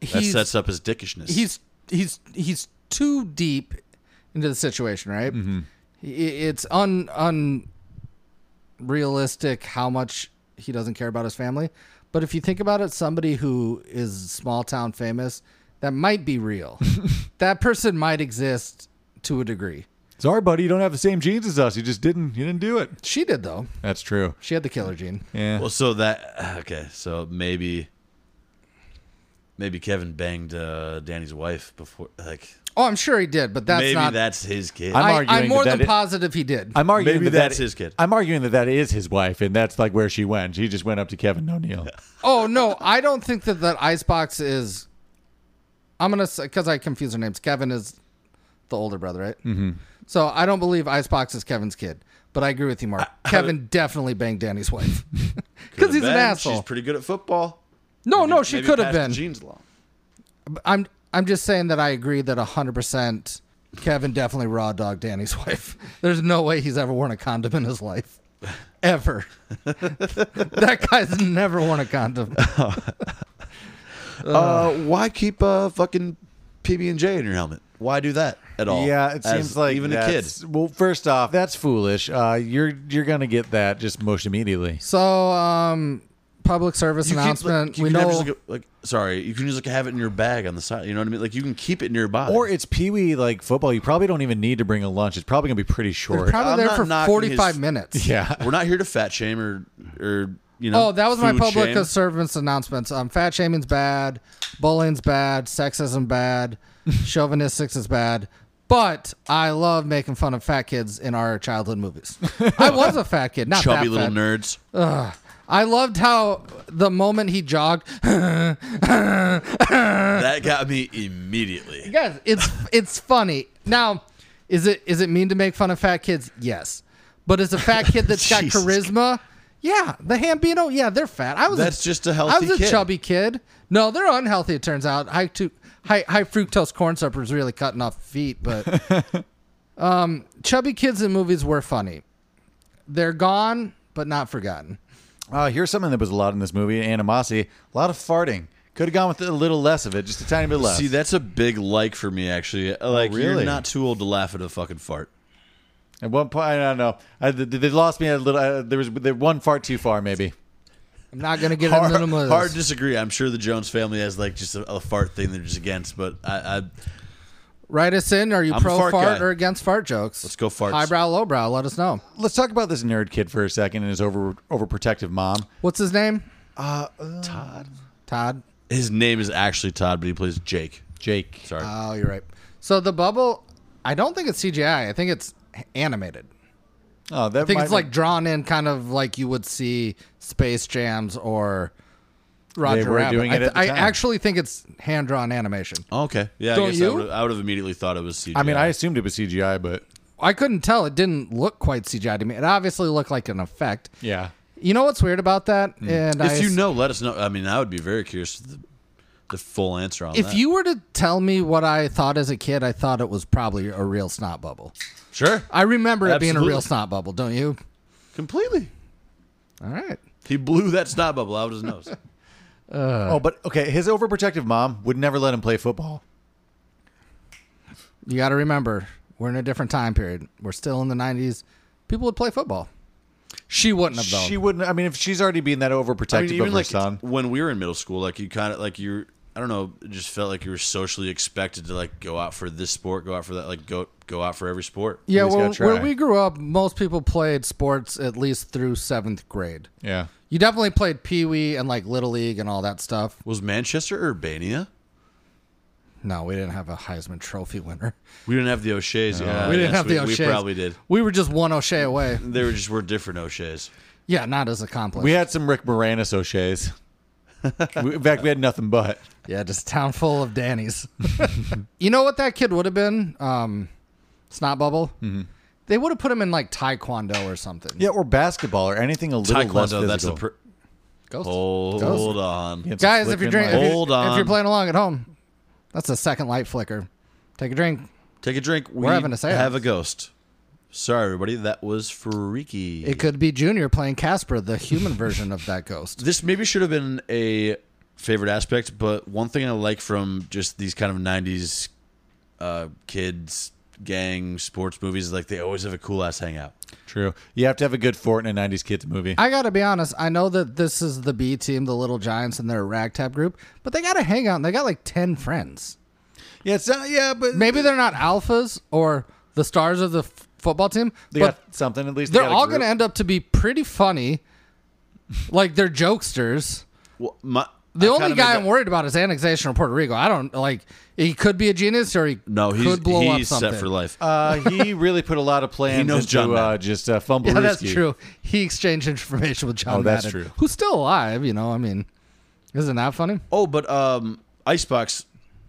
That he's- sets up his dickishness. he's he's he's too deep into the situation, right? Mm-hmm. I- It's un unrealistic how much he doesn't care about his family. But if you think about it, somebody who is small town famous, that might be real. that person might exist to a degree. Sorry, buddy, you don't have the same genes as us. You just didn't. You didn't do it. She did though. That's true. She had the killer gene. Yeah. well, so that okay, so maybe maybe Kevin banged uh, Danny's wife before, like Oh, I'm sure he did, but that's maybe not. that's his kid. I'm I, arguing I'm more that than that i- positive he did. I'm arguing Maybe that that- that's his kid. I'm arguing that that is his wife, and that's like where she went. She just went up to Kevin O'Neill. Oh no, I don't think that that icebox is. I'm gonna because I confuse their names. Kevin is the older brother, right? Mm-hmm. So I don't believe Icebox is Kevin's kid, but I agree with you, Mark. Kevin definitely banged Danny's wife Could because have he's an been. asshole. She's pretty good at football. no, no, she Maybe could have passed the been. Genes along. I'm I'm just saying that I agree that 100 percent Kevin definitely raw dog Danny's wife. There's no way he's ever worn a condom in his life, ever. that guy's never worn a condom. Uh, why keep a fucking PB and J in your helmet? Why do that at all? Yeah, it As seems like even a kid. that's- Well, first off, that's foolish. Uh, you're you're gonna get that just most immediately. So, um, public service You can, announcement. like, you we can have know. just like, a- like sorry, you can just like have it in your bag on the side. You know what I mean? Like you can keep it in your body. Or it's pee wee like football. You probably don't even need to bring a lunch. It's probably gonna be pretty we're short. probably I'm there not for knocking 45 his- minutes. yeah. we're not here to fat shame or or you know. Oh, that was my food public shame. service announcements. Um, fat shaming's bad, bullying's bad, sexism bad, chauvinistics is bad. But I love making fun of fat kids in our childhood movies. I was a fat kid, not Chubby that little fat. nerds. I loved how the moment he jogged, that got me immediately. Guys, it's it's funny. Now, is it is it mean to make fun of fat kids? Yes. But is a fat kid that's got Jesus. charisma? Yeah. The Hambino, yeah, they're fat. I was That's just a healthy I was a kid. chubby kid. No, they're unhealthy, it turns out. High to high high fructose corn syrup is really cutting off feet, but um chubby kids in movies were funny. They're gone, but not forgotten. Uh, here's something that was a lot in this movie: animosity, a lot of farting. Could have gone with a little less of it, just a tiny bit less. See, that's a big like for me actually. Like Oh, really? you're not too old to laugh at a fucking fart. At one point, I don't know. I, they, they lost me a little. Uh, there was there one fart too far, maybe. I'm not gonna get hard, into the middle of hard this. disagree. I'm sure the Jones family has like just a, a fart thing they're just against, but I, I Write us in. Are you I'm a pro fart fart, guy. or against fart jokes? Let's go farts. Highbrow, lowbrow. Let us know. Let's talk about this nerd kid for a second and his over overprotective mom. What's his name? Uh, Todd. Todd. his name is actually Todd, but he plays Jake. Jake. Uh, Sorry, Oh, you're right. So the bubble, I don't think it's CGI. I think it's animated. Oh, that I think might it's like drawn in, kind of like you would see Space Jams or Roger were Rabbit. doing I, it at the I time. actually think it's hand drawn animation. Oh, okay, yeah. I Don't guess I you? would, I would have immediately thought it was CGI. I mean, I assumed it was CGI, but I couldn't tell. It didn't look quite CGI to me. It obviously looked like an effect. yeah. You know what's weird about that? And I if you know, let us know. I mean, I would be very curious to the, the full answer on If that. you were to tell me what I thought as a kid, I thought it was probably a real snot bubble. sure, I remember it being a real Absolutely. snot bubble, don't you? completely. All right. He blew that snot bubble out of his nose. oh, but okay, his overprotective mom would never let him play football. You got to remember, we're in a different time period. We're still in the 90s. People would play football. She wouldn't have, though. She wouldn't. I mean, if she's already being that overprotective I mean, of even her like son, when we were in middle school, like you kind of like you, I don't know, it just felt like you were socially expected to like go out for this sport, go out for that, like go go out for every sport. yeah, He's well, gotta where try. we grew up, most people played sports at least through seventh grade. yeah. You definitely played Pee Wee and like Little League and all that stuff. Was Manchester Urbania? No, we didn't have a Heisman Trophy winner. We didn't have the O'Shea's. yeah, we didn't Uh, yes, have the We, O'Shea's. we probably did. We were just one O'Shea away. There were just were different O'Shea's. Yeah, not as accomplished. We had some Rick Moranis O'Shea's. We- in fact, we had nothing but. Yeah, just a town full of Dannies. you know what that kid would have been? Um, snot bubble. Mm-hmm. They would have put him in like taekwondo or something. Yeah, or basketball or anything a little less Taekwondo. physical. That's the per- Ghost. hold, Ghost. on. It's a Guys, if flickering you're drinking, if, light. you're- Hold if on. you're playing along at home, that's a second light flicker. Take a drink. Take a drink. We We're having a seance. have a ghost. Sorry, everybody. That was freaky. It could be Junior playing Casper, the human version of that ghost. this maybe should have been a favorite aspect, but one thing I like from just these kind of '90s uh, kids gang sports movies is like they always have a cool ass hangout. True. You have to have a good fort in a 90s kids movie. I gotta be honest. I know that this is the B team, the Little Giants, and their ragtag group, but they gotta hang out. and They got like ten friends. yeah, it's not, yeah, but Maybe they're not alphas or the stars of the f- football team, they but got something at least. They they're got a all group. going to end up to be pretty funny. like they're jokesters. Well, my, The I only kinda guy made I'm that- worried about is annexation of Puerto Rico. I don't like. He could be a genius, or he No, he's could blow up he's something. set for life. Uh, he really put a lot of plans He knows into John uh, Madden. just uh, fumble. Yeah, that's true. He exchanged information with John. Oh, that's Madden, true. Who's still alive? You know, I mean, isn't that funny? oh, but um, Icebox,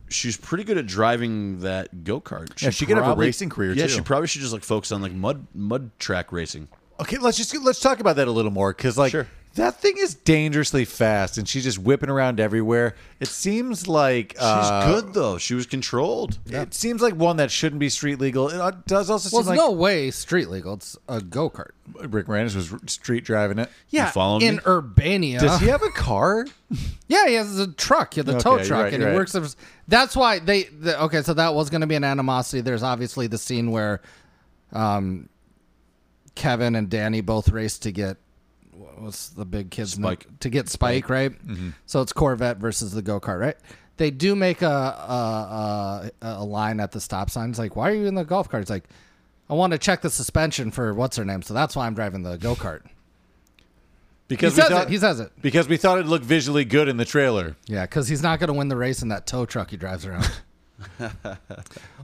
she's pretty good at driving that go kart. Yeah, she could have a racing career, Yeah, too. she probably should just like focus on like mud mud track racing. Okay, let's just let's talk about that a little more because like Sure. that thing is dangerously fast, and she's just whipping around everywhere. It seems like She's uh, good though. She was controlled. It seems like one that shouldn't be street legal. It uh, does also Well, it's seem like no way street legal. It's a go kart. Rick Moranis was r- street driving it. Yeah, follow me? in Urbania. Does he have a car? Yeah, he has a truck, yeah, the tow Okay, you're truck, right, and you're he right. works. As, that's why they. The, okay, so that was going to be an animosity. There's obviously the scene where, um, Kevin and Danny both race to get what was the big kid's name? Spike. to get Spike, right? Mm-hmm. So it's Corvette versus the go kart, right? They do make a a, a a line at the stop sign. It's like, why are you in the golf cart? It's like, I want to check the suspension for what's her name, so that's why I'm driving the go kart. He Because we says thought, it. He says it. because we thought it looked visually good in the trailer. Yeah, because he's not going to win the race in that tow truck he drives around.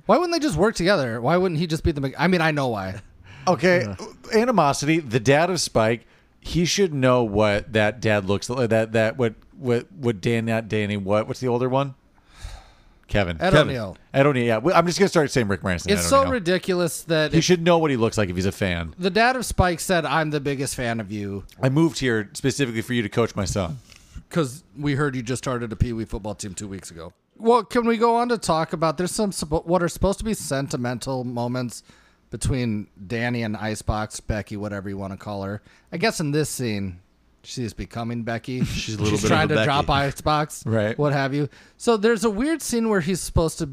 why wouldn't they just work together? Why wouldn't he just be the? Mc- I mean, I know why. Okay, animosity. The dad of Spike, he should know what that dad looks like. That that what what what Dan not Danny what what's the older one? Kevin. Ed Kevin. O'Neill. Ed O'Neill. Yeah, Well, I'm just gonna start saying Rick Moranis. It's so ridiculous that He it, should know what he looks like if he's a fan. the dad of Spike said, "I'm the biggest fan of you I moved here specifically for you to coach my son. because we heard you just started a Pee Wee football team two weeks ago." Well, can we go on to talk about there's some suppo- what are supposed to be sentimental moments between Danny and Icebox Becky, whatever you want to call her. I guess in this scene, she's becoming Becky. She's a little She's bit trying of a to Becky. drop Icebox, Right. What have you? So there's a weird scene where he's supposed to.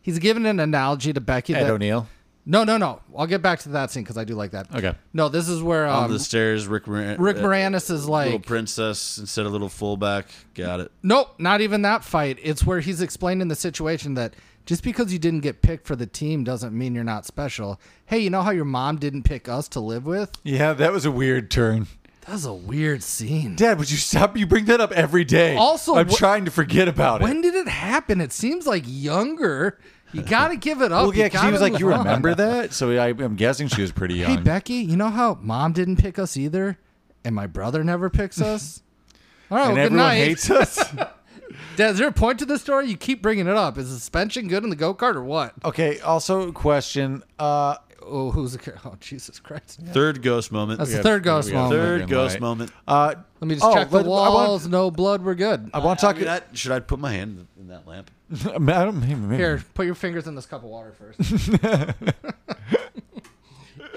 He's given an analogy to Becky. Ed e- that- O'Neill. No, no, no. I'll get back to that scene because I do like that. Okay. No, this is where On um, the stairs, Rick Moran- Rick uh, Moranis is little like, princess instead of little fullback. Got it. nope, not even that fight. It's where he's explaining the situation that just because you didn't get picked for the team doesn't mean you're not special. Hey, you know how your mom didn't pick us to live with? Yeah, that was a weird turn. That's a weird scene. Dad, would you stop? You bring that up every day. Also, I'm wh- trying to forget about it. When did it happen? It seems like younger. You got to give it up. Well, yeah, because he was like, "You remember that? that?" So I, I'm guessing she was pretty Hey, young. Becky, you know how mom didn't pick us either? And my brother never picks us? All right, and well, Oh, good everyone night. hates us. Dad, is there a point to this story? You keep bringing it up. Is suspension good in the go kart or what? okay. Also, question. Uh, Oh, who's the. car- Oh, Jesus Christ. Third ghost moment. That's got- the third ghost we got moment. third. Third Green ghost light. moment. uh, Let me just Oh, check the let- I want- walls. no blood. We're good. I want to I talk. mean, that- should I put my hand in that lamp? I don't. Maybe, maybe. Here, put your fingers in this cup of water first.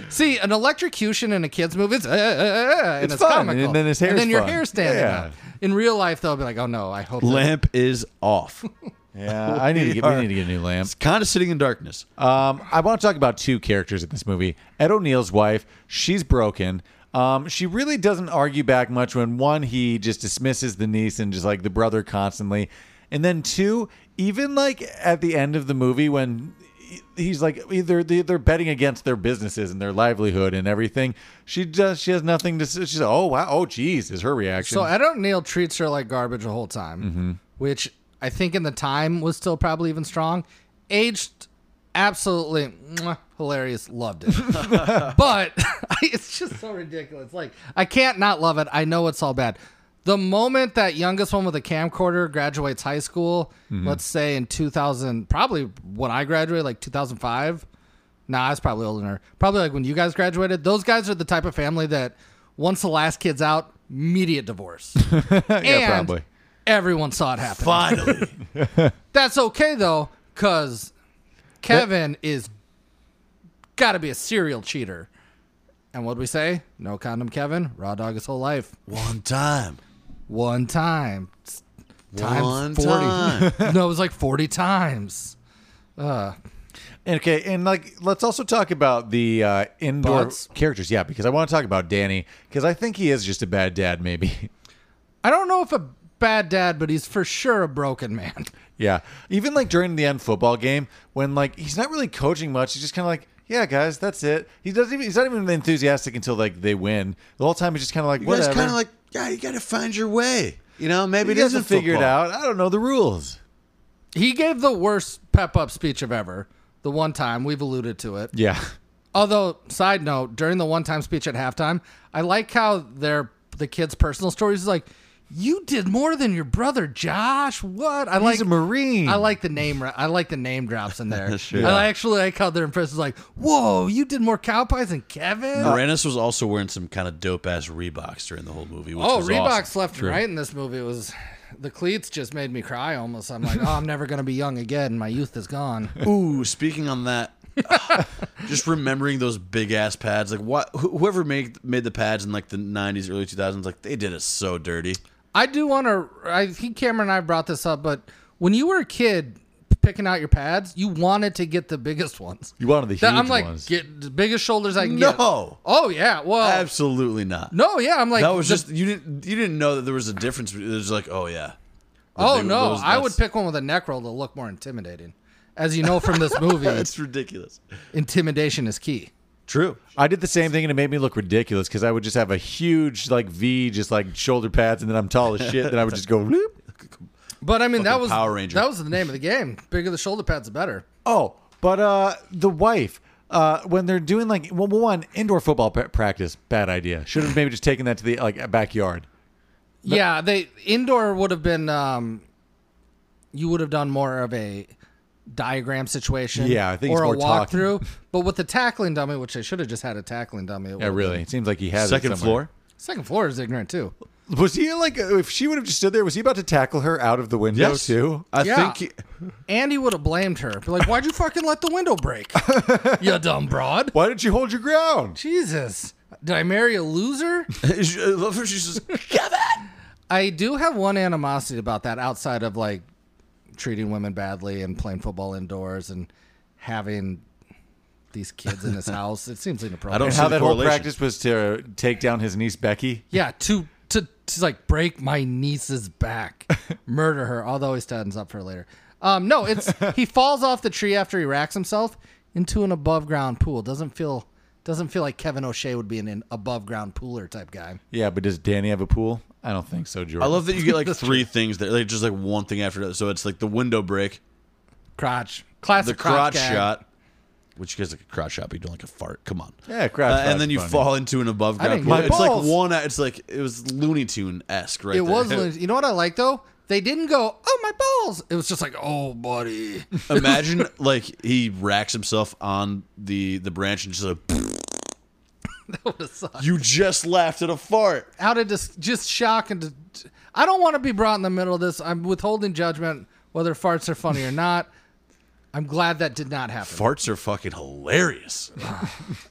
See, an electrocution in a kid's movie, it's, uh, uh, uh, and It's it's, fun, and comical. then his hair's And then your fun. hair's standing Yeah. out. In real life, they'll be like, oh no, I hope. that- Lamp is off. Yeah, I need to get. We are- need to get a new lamp. It's kind of sitting in darkness. Um, I want to talk about two characters in this movie. Ed O'Neill's wife, she's broken. Um, she really doesn't argue back much when one, he just dismisses the niece and just like the brother constantly. And then two, even like at the end of the movie when he- he's like either they- they're betting against their businesses and their livelihood and everything, she does she has nothing to say. She's like, oh wow, oh geez, is her reaction. So Ed O'Neill treats her like garbage the whole time, which I think in the time was still probably even strong. Aged, absolutely mwah, hilarious. Loved it, but it's just so ridiculous. Like I can't not love it. I know it's all bad. The moment that youngest one with a camcorder graduates high school, let's say in 2000, probably when I graduated, like 2005. Nah, I was probably older than her. Probably like when you guys graduated. Those guys are the type of family that once the last kid's out, immediate divorce. yeah, And probably. Everyone saw it happen. Finally. That's okay though, because Kevin is got to be a serial cheater. And what'd we say? No condom, Kevin. Raw dog his whole life. One time. One time. Times One 40. time. no, it was like 40 times. And, okay, and like let's also talk about the uh, indoor Butts. characters, yeah, because I want to talk about Danny because I think he is just a bad dad, maybe. I don't know if a bad dad, but he's for sure a broken man. Yeah. Even like during the end football game, when like he's not really coaching much, he's just kind of like, yeah, guys, that's it. He doesn't even, he's not even enthusiastic until like they win. The whole time he's just kind of like, Well, it's whatever. kind of like, yeah, you got to find your way. You know, maybe he it isn't doesn't figure it out. football. I don't know the rules. He gave the worst pep up speech of ever. The one time we've alluded to it. Yeah. Although, side note, during the one time speech at halftime, I like how their the kids' personal stories is like, you did more than your brother Josh. What? I like a Marine. I like the name. I like the name drops in there. I actually like how their impressed is like, whoa, you did more cow pies than Kevin. Moranis was also wearing some kind of dope ass Reeboks during the whole movie. Which oh, was Reeboks awesome. left and right in this movie was. The cleats just made me cry almost. I'm like, oh, I'm never going to be young again. My youth is gone. Ooh, speaking on that, just remembering those big ass pads. Like, what? wh- Whoever made made the pads in like the '90s, early 2000s, like they did it so dirty. I do want to. I think Cameron and I brought this up, but when you were a kid picking out your pads, you wanted to get the biggest ones. You wanted the huge That- I'm like, ones. get the biggest shoulders I can get. No, Oh yeah. Well. absolutely not. no. Yeah. I'm like. that was the- just you didn't you didn't know that there was a difference. It was like, oh yeah. Oh They- no. those- I would that's- pick one with a neck roll to look more intimidating. As you know from this movie, That's ridiculous. intimidation is key. True. I did the same thing and it made me look ridiculous because I would just have a huge like V, just like shoulder pads, and then I'm tall as shit. then I would just go, whoop. But I mean, that was Power Ranger. That was the name of the game. Bigger the shoulder pads, the better. Oh, but uh, the wife. Uh, when they're doing like well, one indoor football pra- practice, bad idea. Should have maybe just taken that to the like backyard. yeah, they indoor would have been. Um, you would have done more of a diagram situation. Yeah, I think it's or more a talking. walkthrough. but with the tackling dummy, which they should have just had a tackling dummy. it would Yeah, have really. been- It seems like he has it Second somewhere. floor. Second floor is ignorant too. Was he like uh, if she would have just stood there? Was he about to tackle her out of the window too? I Yeah. think. he- Andy would have blamed her. Be like, why'd you fucking let the window break? you dumb broad. Why didn't you hold your ground? Jesus. Did I marry a loser? I love her. She's just Kevin. I do have one animosity about that outside of like treating women badly and playing football indoors and having these kids in his house. It seems inappropriate. I don't And see how the that whole correlation. practice was to take down his niece Becky. Yeah, to, to to like break my niece's back, murder her. Although he stands up for her later. Um, no, it's he falls off the tree after he racks himself into an above ground pool. Doesn't feel doesn't feel like Kevin O'Shea would be an, an above ground pooler type guy. Yeah, but does Danny have a pool? I don't think so, Jordan. I love that you get like three things there, like just like one thing after another. So it's like the window break, Crotch, classic the crotch gag. shot, which you guys like a crotch shot, but you don't like a fart. Come on. Yeah, crotch Uh, shot's and then you funny. fall into an above I ground didn't pool. get It's balls. like one. It's like it was Looney Tune esque, right? It there. was. Looney- You know what I like though? They didn't go, "Oh my balls." It was just like, "Oh, buddy." Imagine like he racks himself on the the branch and just like you just laughed at a fart. out of dis- just shock and dis- I don't want to be brought in the middle of this. I'm withholding judgment whether farts are funny or not. I'm glad that did not happen. Farts are fucking hilarious.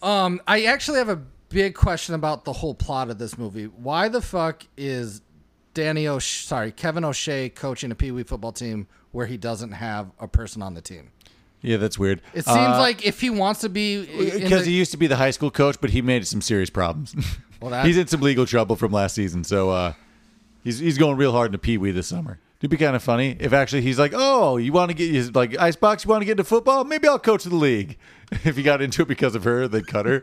Um, I actually have a big question about the whole plot of this movie. Why the fuck is Danny O'Sh sorry Kevin O'Shea coaching a Pee Wee football team where he doesn't have a person on the team? yeah, that's weird. Uh, It seems like if he wants to be, in because the- he used to be the high school coach, but he made some serious problems. Well, that- he's in some legal trouble from last season, so uh, he's he's going real hard into Pee Wee this summer. It'd be kind of funny if actually he's like, "Oh, you want to get he's like Icebox? You want to get into football? Maybe I'll coach the league." If he got into it because of her, they'd cut her.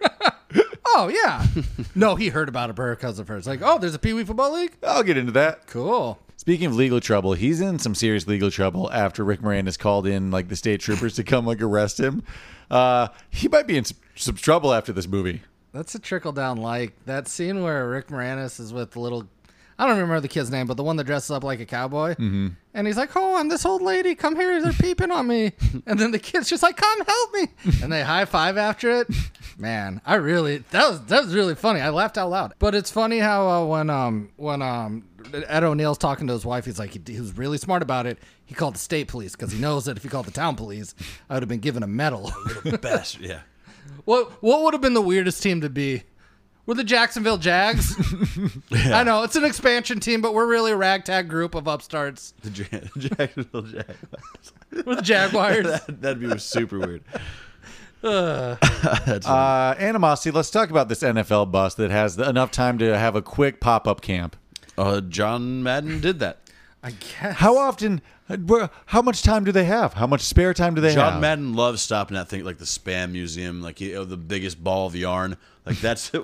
oh yeah, no, he heard about it because of her. It's like, oh, there's a Pee Wee football league. I'll get into that. Cool. Speaking of legal trouble, he's in some serious legal trouble after Rick Moranis called in like the state troopers to come like arrest him. Uh, he might be in some, some trouble after this movie. That's a trickle down like that scene where Rick Moranis is with the little I don't remember the kid's name, but the one that dresses up like a cowboy. Mm-hmm. And he's like, Oh, I'm this old lady. Come here. They're peeping on me. And then the kid's just like, Come help me. And they high five after it. Man, I really, that was, that was really funny. I laughed out loud. But it's funny how uh, when, um, when, um, Ed O'Neill's talking to his wife, he's like, he, he was really smart about it. He called the state police because he knows that if he called the town police, I would have been given a medal. Best, yeah. What what would have been the weirdest team to be? We're the Jacksonville Jags. I know it's an expansion team, but we're really a ragtag group of upstarts. The Jan- Jacksonville Jack. We're the Jaguars. That'd be super weird. Uh, animosity. Let's talk about this NFL bus that has the, enough time to have a quick pop up camp. Uh, John Madden did that. I guess. How often? where- How much time do they have? How much spare time do they John have? Madden loves stopping at things like the Spam Museum, like you know, the biggest ball of yarn. Like that's it.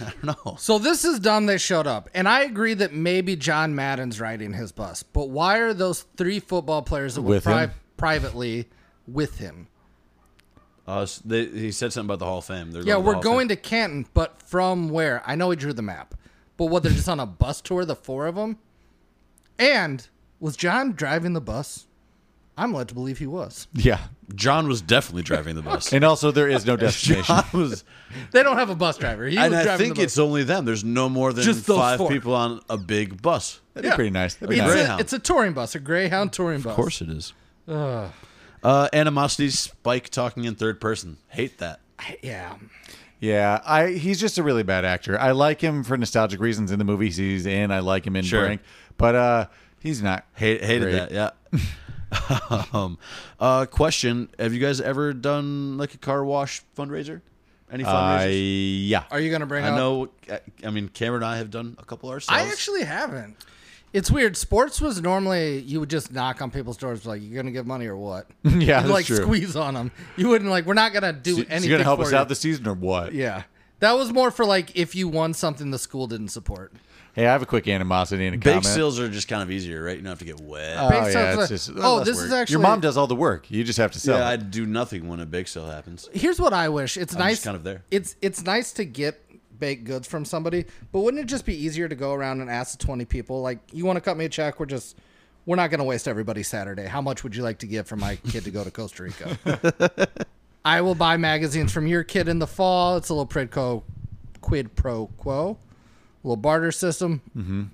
I don't know. So this is dumb. They showed up, and I agree that maybe John Madden's riding his bus, but why are those three football players that were With him? privately with him? Uh, s- they, he said something about the Hall of Fame. They're Yeah, going to the we're Hall of going to Fame. Canton, but from where? I know he drew the map, but what? They're just on a bus tour, the four of them. And was John driving the bus? I'm led to believe he was. yeah, John was definitely driving the bus. and also there is no destination. John was, They don't have a bus driver. He and was I driving think the bus. it's only them. There's no more than Just those five four. people on a big bus. That'd Yeah. be pretty nice. That'd be It's nice. a, Greyhound. it's a touring bus, a Greyhound touring bus. Of course it is. Uh, animosity Spike talking in third person. Hate that. Yeah. Yeah, I he's just a really bad actor. I like him for nostalgic reasons in the movies he's in. I like him in Sure. Brink, but uh, he's not. Hate, hated Great. that. Yeah. um, uh, question: Have you guys ever done like a car wash fundraiser? Any I fundraisers? Uh, yeah. Are you gonna bring? I up- know. I- I mean, Cameron and I have done a couple ourselves. I actually haven't. It's weird. Sports was normally you would just knock on people's doors like you're gonna give money or what? Yeah, You'd, that's like true. squeeze on them. You wouldn't like we're not gonna do Is anything. he gonna help for us you. out this season or what? Yeah. That was more for like if you won something the school didn't support. Hey, I have a quick animosity and a bake comment. sales are just kind of easier, right? You don't have to get wet. oh, Bake yeah, sales it's are- just- oh, less this work. is Uh, actually your mom does all the work. You just have to sell. yeah, I it. do nothing when a bake sale happens. Here's what I wish. It's nice. kind of there. It's it's nice to get baked goods from somebody, but wouldn't it just be easier to go around and ask the twenty people like, you want to cut me a check? We're just we're not going to waste everybody's Saturday. How much would you like to give for my kid to go to Costa Rica? I will buy magazines from your kid in the fall. It's a little Pridco quid pro quo, little barter system.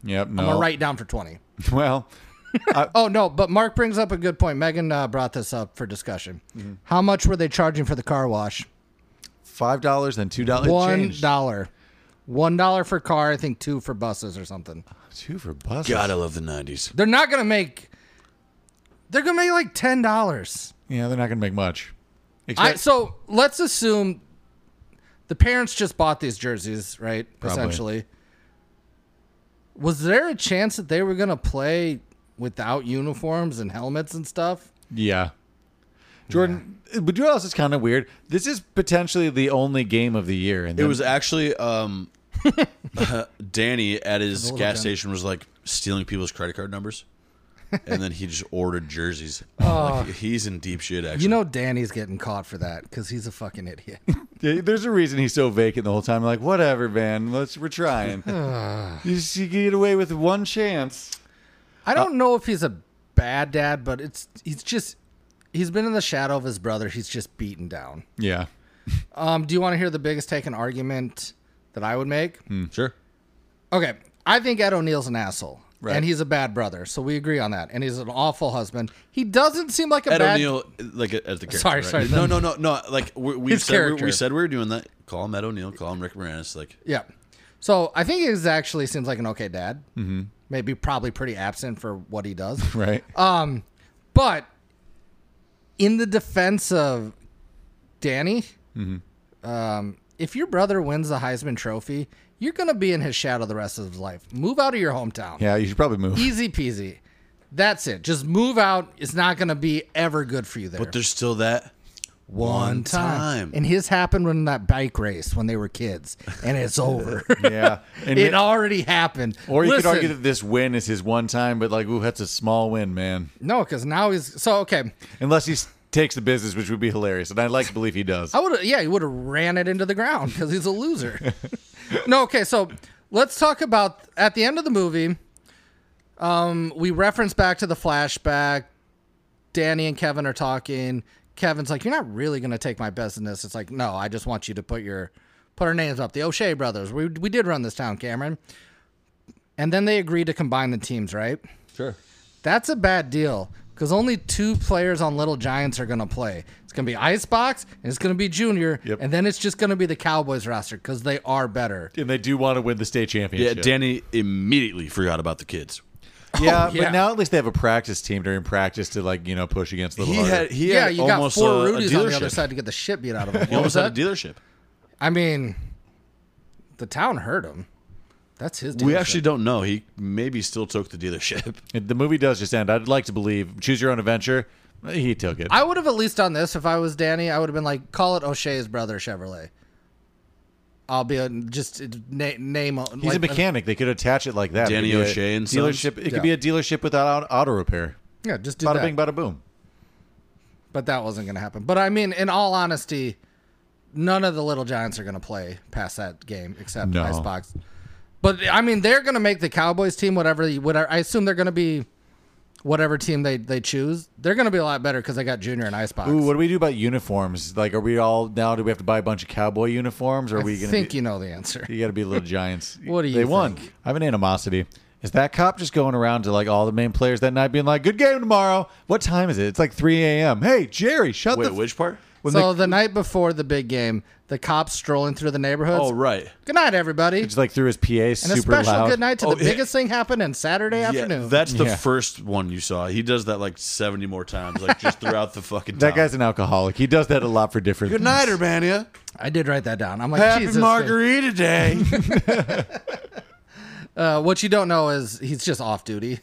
Yep. No. I'm gonna write down for twenty. Well, Oh no, but Mark brings up a good point. Megan uh, brought this up for discussion. How much were they charging for the car wash? five dollars and two dollars. One dollar. One dollar for car. I think two for buses or something. Two for buses. God, I love the '90s. They're not gonna make. They're gonna make like ten dollars. Yeah, they're not gonna make much. I, Expect- so let's assume the parents just bought these jerseys, right? Probably. Essentially. Was there a chance that they were going to play without uniforms and helmets and stuff? Yeah. Jordan, would you know what else is kind of weird? This is potentially the only game of the year. And It then- was actually um, Danny at his little gas guy. station was like stealing people's credit card numbers, and then he just ordered jerseys. Like, he's in deep shit. Actually, Oh. You know, Danny's getting caught for that because he's a fucking idiot. Yeah, There's a reason he's so vacant the whole time. Like, whatever, man. Let's we're trying. you, just- you get away with one chance. I don't know if he's a bad dad, but it's he's just he's been in the shadow of his brother. He's just beaten down. Yeah. Um, do you want to hear the biggest taken argument that I would make? sure. Okay, I think Ed O'Neill's an asshole. Right. And he's a bad brother, so we agree on that. And he's an awful husband. He doesn't seem like a Ed bad. O'Neill, like as the character. Sorry, right? sorry. No, no, no, no. Like we, we His said, we, character. we said we were doing that. Call him Ed O'Neill. Call him Rick Moranis. Like Yeah. So I think he actually seems like an okay dad. Mm-hmm. Maybe probably pretty absent for what he does. Right. But in the defense of Danny, Mm-hmm. um, if your brother wins the Heisman Trophy, you're going to be in his shadow the rest of his life. Move out of your hometown. yeah. You should probably move. Easy peasy. That's it. Just move out. It's not going to be ever good for you there. there's still that one time. And his happened when that bike race when they were kids, and it's over. yeah. And it ma- already happened. or you Listen- could argue that this win is his one time, but like, ooh, that's a small win, man. no, because now he's so okay. Unless he s- takes the business, which would be hilarious, and I'd like to believe he does. I would have, yeah, he would have ran it into the ground because he's a loser. no, okay, so let's talk about at the end of the movie. Um, we reference back to the flashback. Danny and Kevin are talking. Kevin's like, "You're not really gonna take my business." It's like, "No, I just want you to put your put our names up." The O'Shea brothers. We we did run this town, Cameron. And then they agreed to combine the teams, right? Sure. That's a bad deal because only two players on Little Giants are going to play. It's going to be Icebox and it's going to be Junior, Yep. and then it's just going to be the Cowboys roster because they are better. And they do want to win the state yeah, championship. Danny immediately forgot about the kids. Yeah, yeah. but now at least they have a practice team during practice to like you know push against a little He harder. had he Yeah, had you got almost four a, a Rudies on the dealership. other side to get the shit beat out of them. He What was almost had a that? dealership. I mean, the town hurt him. That's his. We dealership. actually don't know. He maybe still took the dealership. the movie does just end. I'd like to believe choose your own adventure. He took it. I would have at least done this if I was Danny. I would have been like, call it O'Shea's brother Chevrolet. I'll be a, just uh, na- name. He's a mechanic. They could attach it like that. It Danny could be a O'Shea and Sons? dealership. It Yeah. could be a dealership without au- auto repair. Yeah, just do Bada that. bing, bada boom. but that wasn't going to happen. But I mean, in all honesty, none of the Little Giants are going to play past that game except No. Icebox. But I mean, they're going to make the Cowboys team whatever. Whatever I assume they're going to be, whatever team they they choose, they're going to be a lot better because they got Junior and Icebox. Ooh, what do we do about uniforms? Like, are we all now? Do we have to buy a bunch of cowboy uniforms? Or are I we gonna? think be, you know the answer. you got to be little giants. What do you They won. think? I have an animosity. Is that cop just going around to like all the main players that night, being like, "Good game tomorrow. What time is it? It's like 3 a.m. Hey, Jerry, shut Wait, the." f- which part? when so they- the night before the big game, the cops strolling through the neighborhoods. Oh right. Good night, everybody, just like threw his PA and a super special loud. good night to Oh, the yeah. biggest thing happened on Saturday Yeah, afternoon. that's the Yeah. first one you saw. He does that like seventy more times, like just throughout the fucking. That town. guy's an alcoholic. He does that a lot for different. Good night, Urbania. I did write that down. I'm like, Happy Jesus, dude. Margarita Day. Uh, what you don't know is he's just off duty.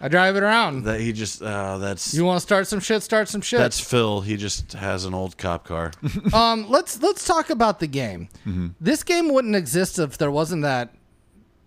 I drive it around. that he just. Uh, that's You want to start some shit? Start some shit. that's Phil. He just has an old cop car. um, let's let's talk about the game. This game wouldn't exist if there wasn't that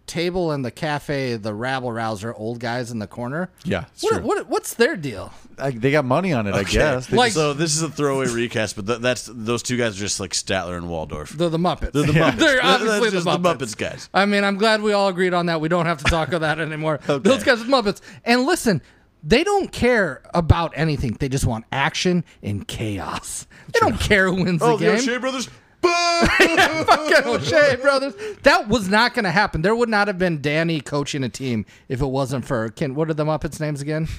table in the cafe, the rabble rouser, old guys in the corner. Yeah, it's What, true. what what's their deal? I, they got money on it, I guess. They Like- so this is a throwaway recast, but th- that's those two guys are just like Statler and Waldorf. They're the Muppets. They're, the Muppets. That- obviously that's just the Muppets. guys. I mean, I'm glad we all agreed on that. We don't have to talk about that anymore. Those guys are the Muppets. And listen, they don't care about anything. They just want action and chaos. They don't care who wins Oh, the the game. O'Shea brothers. fucking O'Shea brothers. That was not going to happen. There would not have been Danny coaching a team if it wasn't for Ken. What are the Muppets' names again?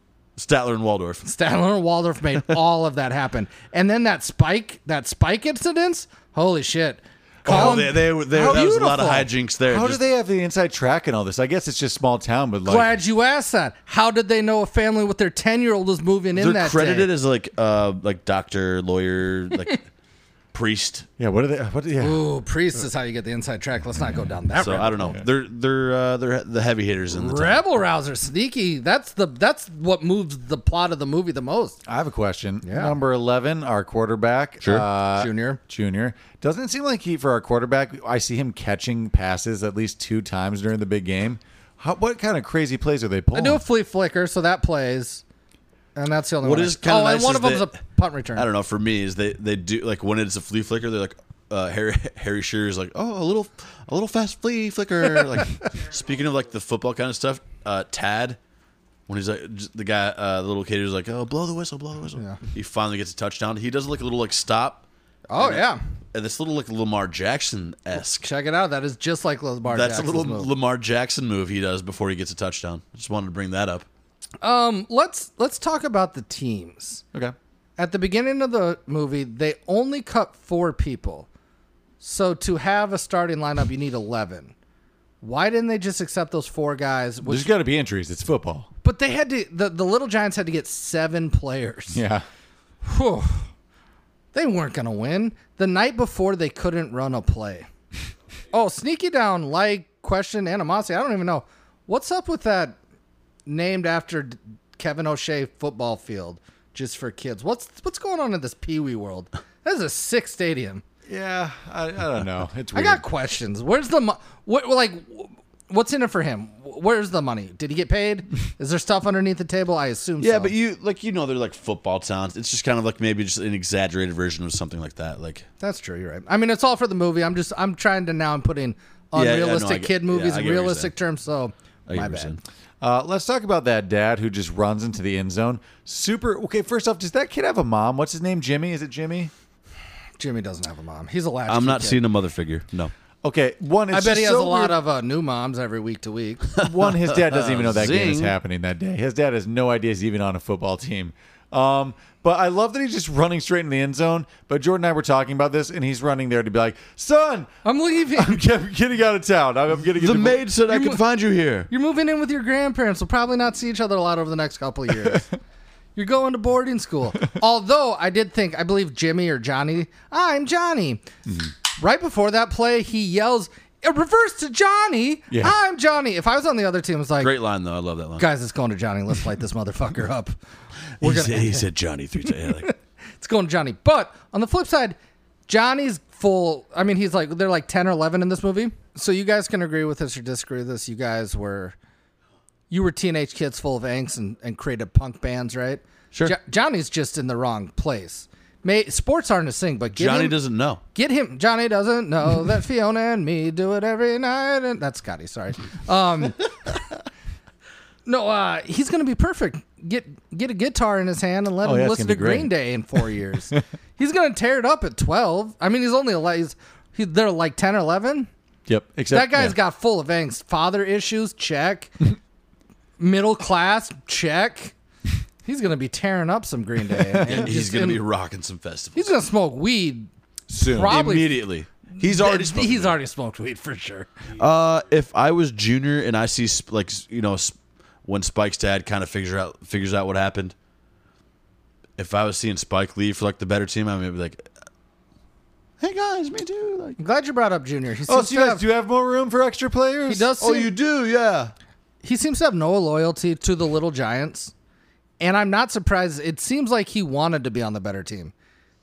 Statler and Waldorf. Statler and Waldorf made all of that happen. And then that spike, that spike incidents. Holy shit! Oh, they, they, they, How that was a lot of beautiful. hijinks there. How Just- do they have the inside track and all this? I guess it's just small town, but like Glad you asked that. How did they know a family with their ten year old was moving in They're that credited day? as like uh like doctor, lawyer, like priest. yeah, what are they? What? Yeah, Ooh, priest is how you get the inside track. Let's not go down that. So route. I don't know. They're they're uh, they're the heavy hitters in the town. Rebel rouser, sneaky. That's the that's what moves the plot of the movie the most. I have a question. Yeah. Number eleven, our quarterback, sure. uh, Junior. Junior doesn't seem like he for our quarterback. I see him catching passes at least two times during the big game. How, what kind of crazy plays are they I pulling? do a flea flicker, so that plays, and that's the only What one. I- is kinda oh, and nice one is of them's a that- punt return. I don't know. For me, is they they do like when it's a flea flicker, they're like uh, Harry Harry Shearer's like oh a little a little fast flea flicker. like speaking of like the football kind of stuff, uh, Tad when he's like j- the guy uh, the little kid who's like oh blow the whistle blow the whistle. Yeah. He finally gets a touchdown. He does like a little like stop. Oh And- yeah, and this little like Lamar Jackson esque. check it out. That is just like Lamar. That's Jackson's a little move. Lamar Jackson move he does before he gets a touchdown. Just wanted to bring that up. Um, let's let's talk about the teams. okay. At the beginning of the movie, they only cut four people. So to have a starting lineup, you need eleven. Why didn't they just accept those four guys? There's Which, got to be injuries. It's football. but they had to. The, the little giants had to get seven players. Yeah. Whew. They weren't gonna win. The night before, they couldn't run a play. oh, sneaky down, like question, animosity. I don't even know what's up with that. Named after D- Kevin O'Shea football field, just for kids. What's what's going on in this Pee Wee world? That is a sick stadium. Yeah. I, I don't know. It's I weird. got questions. Where's the mo- what? Like, what's in it for him? Where's the money? Did he get paid? Is there stuff underneath the table? I assume. Yeah, so. but you like you know they're like football towns. It's just kind of like maybe just an exaggerated version of something like that. Like That's true. You're right. I mean, it's all for the movie. I'm just I'm trying to now I'm putting yeah, no, I unrealistic get- kid yeah, movies I in get what you're realistic terms. So I my get what you're bad. saying. Uh, let's talk about that dad who just runs into the end zone. Super. Okay, first off, does that kid have a mom? What's his name? Jimmy? Is it Jimmy? Jimmy doesn't have a mom. He's a latchkey I'm not kid. seeing a mother figure. No. Okay, one. It's I bet just he has so a lot weird- of uh, new moms every week to week. One, his dad doesn't even know that game is Zing. happening that day. His dad has no idea he's even on a football team. Um, but I love that he's just running straight in the end zone. But Jordan and I were talking about this, and he's running there to be like, "Son, I'm leaving. I'm get- getting out of town. I'm, I'm getting a The divorce." maid said I You could mu- find you here. You're moving in with your grandparents. We'll probably not see each other a lot over the next couple of years. You're going to boarding school. Although I did think, I believe Jimmy or Johnny, I'm Johnny. Mm-hmm. Right before that play, he yells, "A reverse to Johnny. Yeah. I'm Johnny. If I was on the other team, it's like, Great line though. I love that line. guys, it's going to Johnny. Let's light this motherfucker up. he, said, he said Johnny three times. Yeah, like, It's going to Johnny. But on the flip side, Johnny's full. I mean, he's like, they're like 10 or 11 in this movie. So you guys can agree with this or disagree with this. You guys were, you were teenage kids full of angst and, and created punk bands, right? Sure. Johnny's just in the wrong place. May, sports aren't his thing, but get Johnny him, doesn't know. Get him. Johnny doesn't know that Fiona and me do it every night. And that's Scotty. Sorry. Um, no, uh, he's going to be perfect. Get get a guitar in his hand and let Oh, him yeah, it's listen to gonna be Green great. Day in four years. he's going to tear it up at twelve. I mean, he's only ele- he's, he, they're like ten or eleven. Yep. Except That guy's yeah. got full of angst. Father issues, check. Middle class, check. He's going to be tearing up some Green Day. and He's just gonna in- be rocking some festivals He's going to smoke weed soon. probably immediately. He's already. Th- spoken he's to. already smoked weed for sure. Uh, if I was junior and I see sp- like s- you know sp- when Spike's dad kind of figures out figures out what happened. If I was seeing Spike leave for like the better team, I would be like, "Hey guys, me too." Like, I'm glad you brought up Junior. He seems Oh, so you to guys have, do have more room for extra players? he does. oh, seem- you do, yeah. he seems to have no loyalty to the little giants, and I'm not surprised. It seems like he wanted to be on the better team.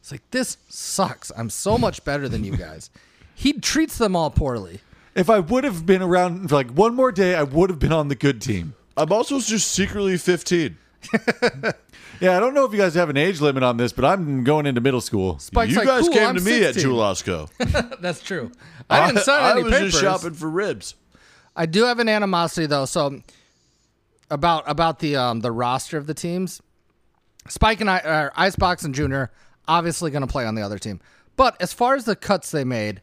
It's like this sucks. I'm so much better than you guys. He treats them all poorly. If I would have been around for like one more day, I would have been on the good team. I'm also just secretly 15. Yeah, I don't know if you guys have an age limit on this, but I'm going into middle school. Spike's you like, guys "Cool, came I'm to me 16." at Julasco. That's true. I didn't sign I any was papers. just shopping for ribs. I do have an animosity though. So about about the um the roster of the teams, Spike and I, or Icebox and Junior, obviously going to play on the other team. But as far as the cuts they made,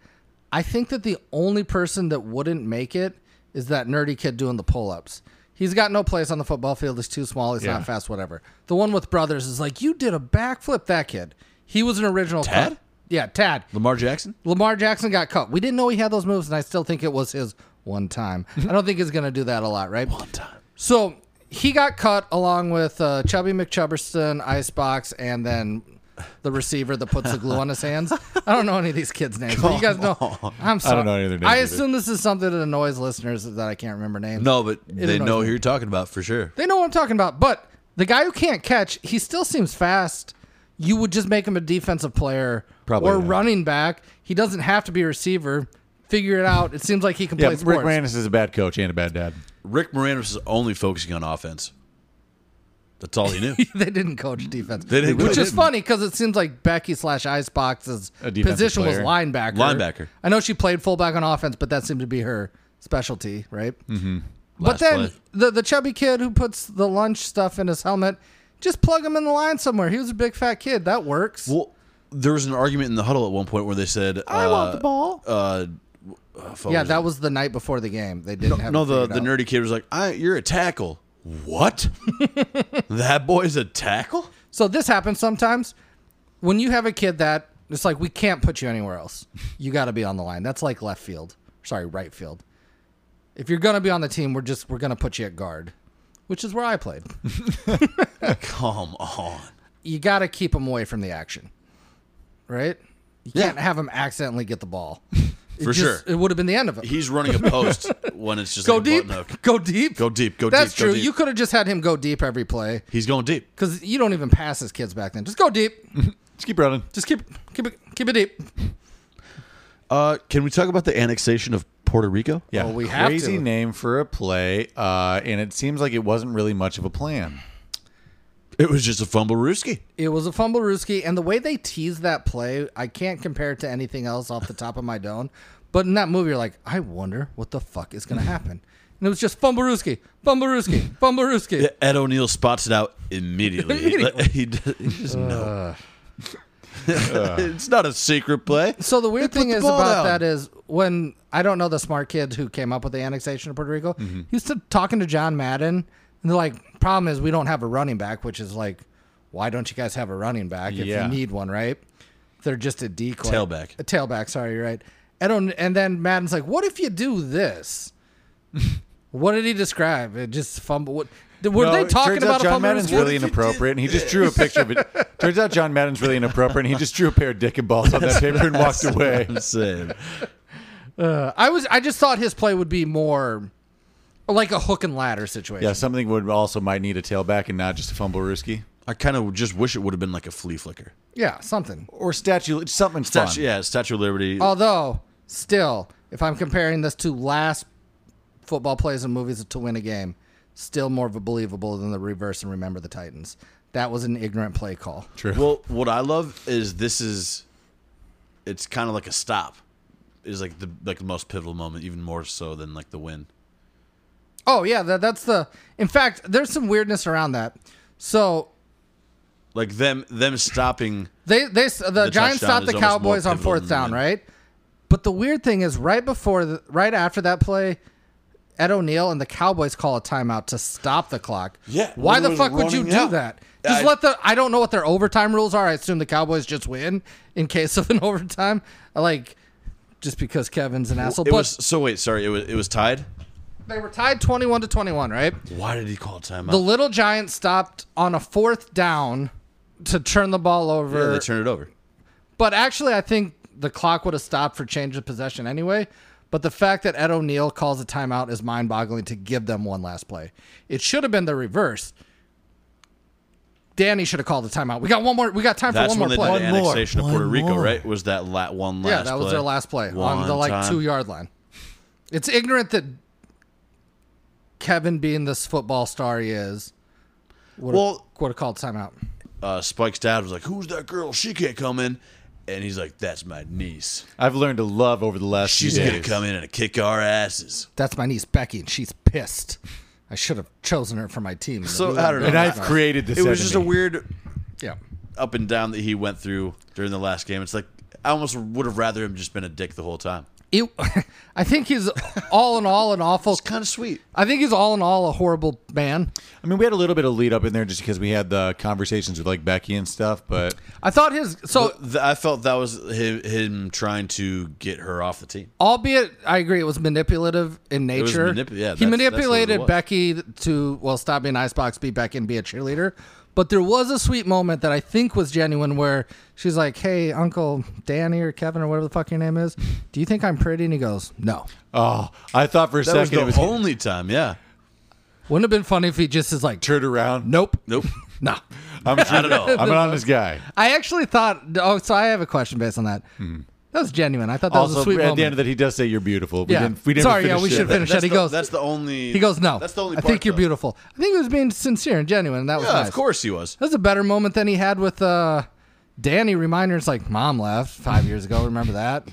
I think that the only person that wouldn't make it is that nerdy kid doing the pull ups. He's got no place on the football field. He's too small. He's Yeah. not fast. Whatever. The one with brothers is like, you did a backflip. That kid. He was an original Ted? cut. yeah, Tad. Lamar Jackson? Lamar Jackson got caught. We didn't know he had those moves, and I still think it was his one time. I don't think he's going to do that a lot, right? One time. So he got cut along with uh, Chubby McChubberston, Icebox, and then the receiver that puts the glue on his hands. I don't know any of these kids' names. But you guys know. I'm sorry. know any of their names I either. assume this is something that annoys listeners that I can't remember names. No, but It they annoys know me. who you're talking about for sure. They know what I'm talking about. But the guy who can't catch, he still seems fast. You would just make him a defensive player Probably, or yeah. running back. He doesn't have to be a receiver. Figure it out. It seems like he can Yeah, play Rick sports. Moranis is a bad coach and a bad dad. Rick Moranis is only focusing on offense. That's all he knew. they didn't coach defense, They didn't- which really is didn't. funny because it seems like Becky slash Icebox's A defensive position was player. linebacker. Linebacker. I know she played fullback on offense, but that seemed to be her specialty, right? Mm-hmm. Last But then play. the the chubby kid who puts the lunch stuff in his helmet, just plug him in the line somewhere. He was a big fat kid. That works. well, there was an argument in the huddle at one point where they said, "I want the ball." Uh, uh, fuck, yeah, was that was the night before the game. They didn't have No, it the, figured the out. nerdy kid was like, I, "You're a tackle." What? that boy's a tackle? So this happens sometimes when you have a kid that it's like we can't put you anywhere else. You got to be on the line. That's like left field. Sorry, right field. If you're gonna be on the team, we're just we're gonna put you at guard, which is where I played. Come on. You got to keep them away from the action, right? You can't have them accidentally get the ball. It For just- sure. it would have been the end of it. He's running a post when it's just go, like a deep, button hook. go deep, Go deep, go That's deep, go true. deep. You could have just had him go deep every play He's going deep. because you don't even pass his kids back then. Just go deep. Just keep running. Just keep keep it keep it deep. Uh, can we talk about the annexation of Puerto Rico? Yeah, Well, we have crazy to. name for a play, uh, and it seems like it wasn't really much of a plan. It was just a fumble rooski. It was a fumble Ruski, and the way they tease that play, I can't compare it to anything else off the top of my dome. But in that movie, you're like, I wonder what the fuck is going to happen. And it was just fumble Ruski, fumble Ruski, fumble Ruski. Ed O'Neill spots it out immediately. Immediately. he, d- he just know. it's not a secret play. So the weird put thing the is ball about down. that is when I don't know the smart kid who came up with the annexation of Puerto Rico. Mm-hmm. He was t- talking to John Madden, and they're like, "Problem is we don't have a running back," which is like, "Why don't you guys have a running back if Yeah. you need one, right?" They're just a decoy, Tailback. a tailback. Sorry, you're right. I don't. And then Madden's like, "What if you do this?" what did he describe? It just fumble. What, were No, they it talking turns about out a John fumble? Madden's really inappropriate, and he just drew a picture of it. turns out John Madden's really inappropriate, and he just drew a pair of dick and balls on that paper and walked away. I'm saying. I was. I just thought his play would be more like a hook and ladder situation. Yeah, something would also might need a tailback and not just a fumble risky I kind of just wish it would have been like a flea flicker. Yeah, something. or statue something Statue, fun. yeah, Statue of Liberty. Although, still, if I'm comparing this to last football plays and movies to win a game, still more believable than the reverse and remember the Titans. That was an ignorant play call. True. Well, what I love is this is, it's kind of like a stop, is like the like the most pivotal moment, even more so than like the win. Oh yeah, that, that's the. In fact, there's some weirdness around that. So Like them them stopping. They they the, Giants stopped touchdown is the almost more Cowboys on pivotal fourth than down, the- right? But the weird thing is, right before, the, right after that play, Ed O'Neill and the Cowboys call a timeout to stop the clock. Yeah, Why the we're fuck would you running do out. that? Just I- let the. I don't know what their overtime rules are. I assume the Cowboys just win in case of an overtime. Like, just because Kevin's an asshole. It But was so wait, sorry, it was it was tied. they were tied twenty-one to twenty-one, right? Why did he call timeout? The little Giants stopped on a fourth down to turn the ball over. yeah, they turned it over. But actually, I think the clock would have stopped for change of possession anyway. But the fact that Ed O'Neill calls a timeout is mind boggling to give them one last play. It should have been the reverse. Danny should have called a timeout. We got one more. We got time That's for one when they more did the play. annexation of Puerto Rico, right? Was that la- one last? yeah, that was play. their last play on One the like time. two yard line. It's ignorant that Kevin, being this football star he is, would have, Well- would have called timeout. Uh, Spike's dad was like, "Who's that girl? She can't come in." And he's like, "That's my niece. I've learned to love over the last. She's few gonna days. come in and kick our asses." That's my niece Becky, and she's pissed. I should have chosen her for my team. So, I don't Oh know. and I've created this. it was just a enemy. weird Yeah. up and down that he went through during the last game. It's like I almost would have rather him just been a dick the whole time. it, I think he's all in all an awful. kind of sweet. I think he's all in all a horrible man. I mean, we had a little bit of lead up in there just because we had the conversations with like Becky and stuff, but I thought his so Th- I felt that was him, him trying to get her off the team. albeit I agree it was manipulative in was nature. manip- yeah, that's- that's he what it manipulated was. Becky to well stop being icebox, be Becky and be a cheerleader. But there was a sweet moment that I think was genuine where she's like, "Hey, Uncle Danny or Kevin or whatever the fuck your name is, do you think I'm pretty?" And he goes, "No." oh, I thought for a That was second the it was only time. Yeah. Wouldn't have been funny if he just is like, turned around. "Nope, Nope. no." I'm a true- know. I'm an honest guy. I actually thought. Oh, so I have a question based on that. That was genuine. I thought that was Hmm. also, a sweet at moment. the end of that, he does say you're beautiful. We Yeah. didn't, we didn't Sorry, yeah, finish we it. should finish That's that. He the- goes. That's the only. He goes, no. That's the only. I Part, think you're though. beautiful. I think he was being sincere and genuine. And that was Yeah, nice. of course he was. That was a better moment than he had with uh, Danny. Reminders like mom left five years ago. Remember that?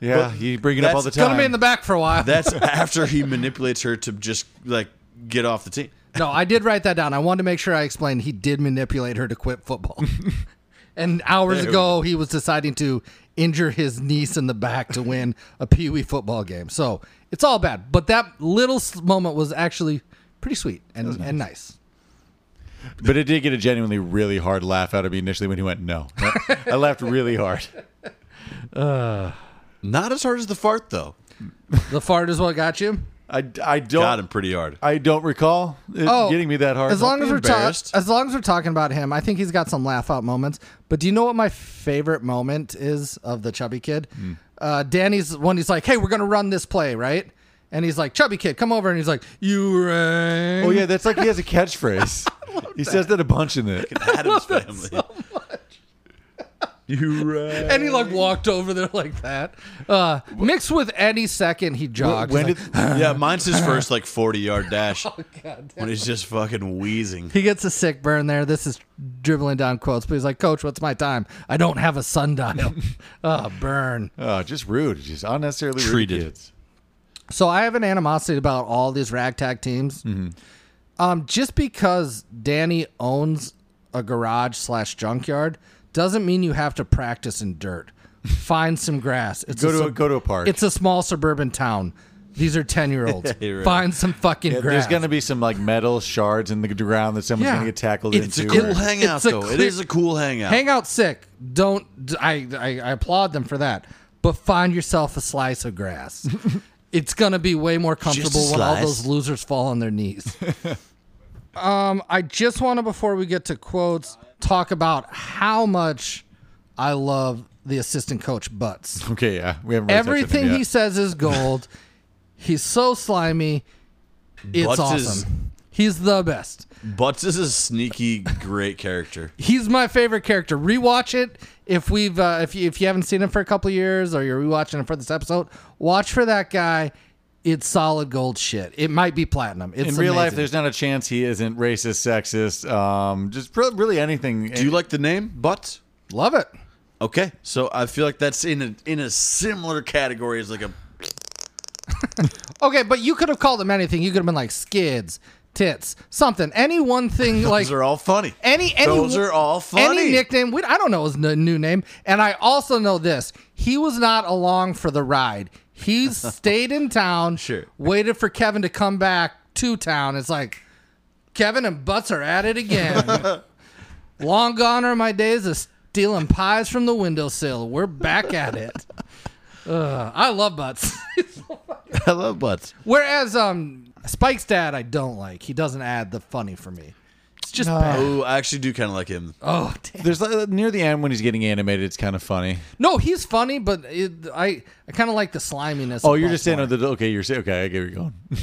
Yeah, you bring it up all the that's Gonna time. be in the back for a while. That's after he manipulates her to just like get off the team. no, I did write that down. I wanted to make sure I explained he did manipulate her to quit football. and hours ago, he was deciding to injure his niece in the back to win a Pee Wee football game. So it's all bad. But that little s- moment was actually pretty sweet and nice. and nice. but it did get a genuinely really hard laugh out of me initially when he went, no. I laughed really hard. Not as hard as the fart though. The fart is what got you. I, I Got don't him pretty hard. I don't recall it Oh, getting me that hard. As long be as we're embarrassed. talking, as long as we're talking about him, I think he's got some laugh out moments. But do you know what my favorite moment is of the chubby kid? Hmm. Uh, Danny's when he's like, "Hey, we're gonna run this play, right?" And he's like, "Chubby kid, come over." And he's like, "You rang." oh yeah, that's like he has a catchphrase. he says that a bunch in it. Adam's family. you right. And he like walked over there like that, uh, mixed with any second he jogged. When He's did like, Yeah, mine's his first like forty yard dash God damn. when he's just fucking wheezing. He gets a sick burn there. This is dribbling down quotes, but he's like, "Coach, what's my time? I don't have a sundial." oh, burn. oh, just rude, just unnecessarily Treated. rude kids. So I have an animosity about all these ragtag teams. Mm-hmm. Um, just because Danny owns a garage slash junkyard doesn't mean you have to practice in dirt. Find some grass. It's Go to a, sub- go to a park. It's a small suburban town. These are ten year olds. You're right. Find some fucking Yeah, grass. there's gonna be some like metal shards in the ground that someone's Yeah. gonna get tackled It's a into. cool or- ha- hangout It's a though. it clear- is a cool hangout. Hang out sick. Don't. d- I, I I applaud them for that. But find yourself a slice of grass. it's gonna be way more comfortable when all slice. those losers fall on their knees. um, I just want to before we get to quotes talk about how much I love the assistant coach Butts. okay, yeah, we haven't. Really touched on him Everything yet. he says is gold. He's so slimy. It's Butts awesome. is- He's the best. Butts is a sneaky, great character. He's my favorite character. Rewatch it if we've uh, if you, if you haven't seen him for a couple years or you're rewatching him for this episode. Watch for that guy. It's solid gold shit. It might be platinum. It's in real life, amazing. there's not a chance he isn't racist, sexist, um, just re- really anything. Do you like the name Butts? love it. Okay, so I feel like that's in a in a similar category as like a Okay, but you could have called him anything. You could have been like skids, tits, something, any one thing like those are all funny. any any those are all funny. Any nickname, we, I don't know his n- new name, and I also know this: he was not along for the ride. He stayed in town, Sure. waited for Kevin to come back to town. It's like Kevin and Butts are at it again. Long gone are my days of stealing pies from the windowsill. We're back at it. Ugh, I love Butts. I love Butts. Whereas um, Spike's dad, I don't like. He doesn't add the funny for me. It's just bad. Oh, I actually do kind of like him. Oh, damn. there's uh, near the end when he's getting animated, it's kind of funny. No, he's funny, but it, I I kind of like the sliminess. Oh, of you're Butt's just saying more. oh, the okay. You're saying okay. I get where you're going.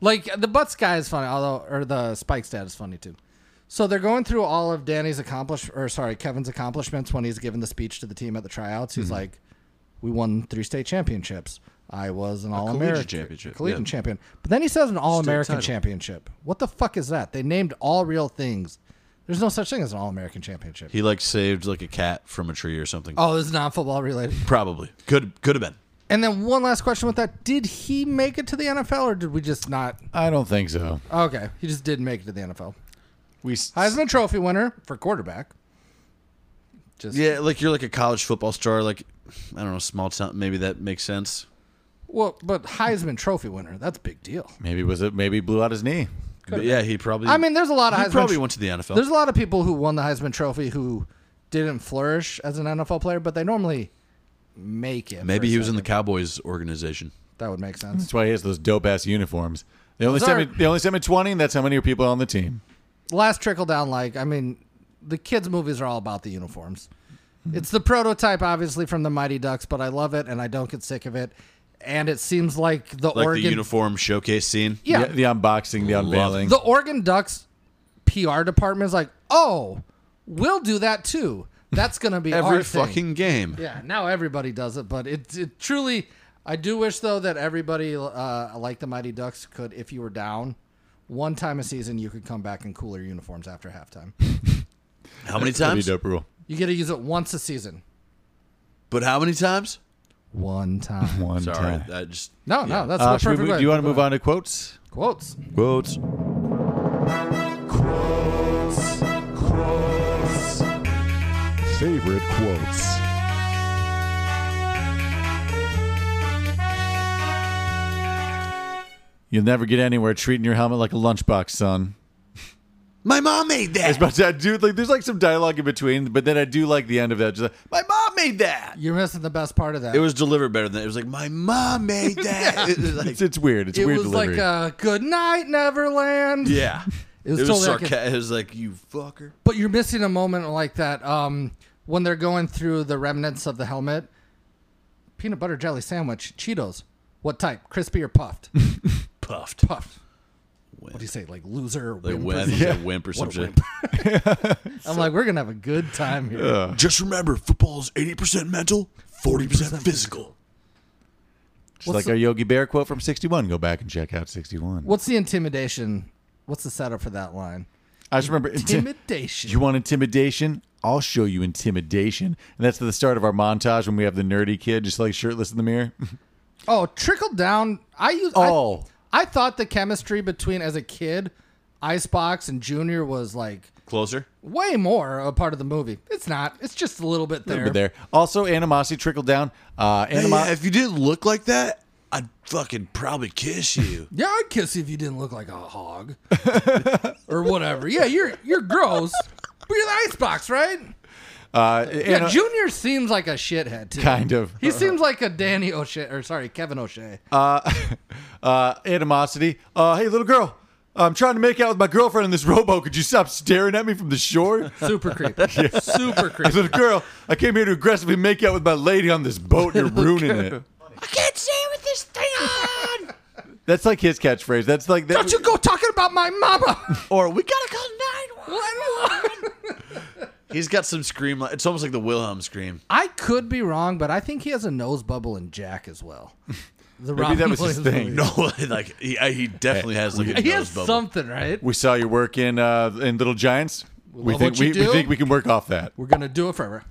like the Butts guy is funny, although or the Spike's dad is funny too. So they're going through all of Danny's accomplish or sorry Kevin's accomplishments when he's giving the speech to the team at the tryouts. He's like, "We won three state championships. I was an All American championship, collegiate yeah. champion." But then he says an All American title. championship. What the fuck is that? They named all real things. There's no such thing as an All American championship. He like saved like a cat from a tree or something. oh, this is not football related. Probably could could have been. And then one last question with that: Did he make it to the NFL, or did we just not? I don't think so. Okay, he just didn't make it to the NFL. We s- Heisman Trophy winner for quarterback. Just Yeah, like you're like a college football star. Like I don't know, small town. Maybe that makes sense. Well, but Heisman Trophy winner, that's a big deal. Maybe was it? Maybe he blew out his knee. But yeah, he probably. I mean, there's a lot of he Heisman probably tr- went to the NFL. There's a lot of people who won the Heisman Trophy who didn't flourish as an NFL player, but they normally make it. Maybe for a he was in the second. Cowboys organization. That would make sense. That's why he has those dope ass uniforms. They only Those sent me. are- They only sent me twenty, and that's how many people on the team. Last trickle down, like I mean, the kids' movies are all about the uniforms. It's the prototype, obviously, from the Mighty Ducks, but I love it and I don't get sick of it. And it seems like the Like Oregon, the uniform showcase scene. yeah, The, the unboxing, the unveiling. the Oregon Ducks PR department is like, oh, we'll do that too. That's gonna be Every our thing." fucking game. Yeah, now everybody does it, but it, it truly. I do wish though that everybody uh, like the Mighty Ducks could, if you were down one time a season, you could come back in cooler uniforms after halftime. How many That'd be times? dope rule. You get to use it once a season. But how many times? One time. One Sorry, time. I just No, no, that's Uh, the should we perfect move- way. do you want to move on to quotes? quotes? quotes. Favorite quotes. You'll never get anywhere treating your helmet like a lunchbox, son. My mom made that. But I do like there's like some dialogue in between, but then I do like the end of that. Just like, my mom made that. You're missing the best part of that. It was delivered better than that. It was like my mom made that. It was like- It's, it's weird. It's It weird was delivery. like uh, a good night Neverland. yeah, It was totally like a- sarca- It was like you fucker. But you're missing a moment like that um, when they're going through the remnants of the helmet. Peanut butter jelly sandwich, Cheetos. What type? Crispy or puffed? Puffed. Puffed. What do you say? Like loser? Or Like wimp or wimp, something? yeah. wimp or some What a shit. wimp. I'm like, we're gonna have a good time here. Just remember, football is eighty percent mental, forty percent physical. Just what's like the- our Yogi Bear quote from '61. Go back and check out '61. What's the intimidation? What's the setup for that line? I just remember Intimidation. You want intimidation? I'll show you intimidation. And that's the start of our montage when we have the nerdy kid just like shirtless in the mirror. oh, trickle down. I use. Oh. I, I thought the chemistry between as a kid, Icebox and Junior was like Closer. way more a part of the movie. It's not. It's just a little bit there. Over there. Also, animosity trickled down. Uh, Hey, animo- yeah, if you didn't look like that, I'd fucking probably kiss you. Yeah, I'd kiss you if you didn't look like a hog or whatever. Yeah, you're you're gross, but you're the icebox, right? uh, Yeah, ano- Junior seems like a shithead too. kind of. He seems like a Danny O'Shea, or sorry, Kevin O'Shea. Uh, animosity. Uh, hey, little girl. I'm trying to make out with my girlfriend in this rowboat. Could you stop staring at me from the shore? super creepy. Super creepy. little girl, I came here to aggressively make out with my lady on this boat. You're ruining it. I can't see with this thing on. That's like his catchphrase. That's like that. Don't you go talking about my mama. or we gotta call nine. He's got some scream. Like, it's almost like the Wilhelm scream. I could be wrong, but I think he has a nose bubble in Jack as well. The Maybe that was his thing. Williams movie. No, like he, I- he definitely has like a He nose has bubble. something, right? we saw your work in uh, in Little Giants. We love think what you we, we do. think we can work off that. We're gonna do it forever.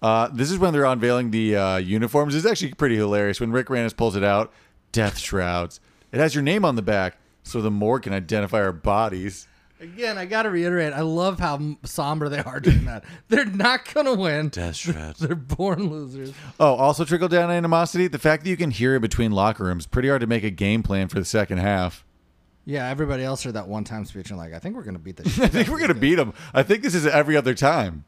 Uh, this is when they're unveiling the uh, uniforms. It's actually pretty hilarious when Rick Moranis pulls it out. Death shrouds. It has your name on the back, so the morgue can identify our bodies. Again, I got to reiterate, I love how m- somber they are doing that. They're not going to win. Death shrouds. They're born losers. Oh, also trickle down animosity. The fact that you can hear it between locker rooms. Pretty hard to make a game plan for the second half. Yeah, everybody else heard that one time speech and like, I think we're going to beat the shit. I think we're gonna beat them. I think this is every other time.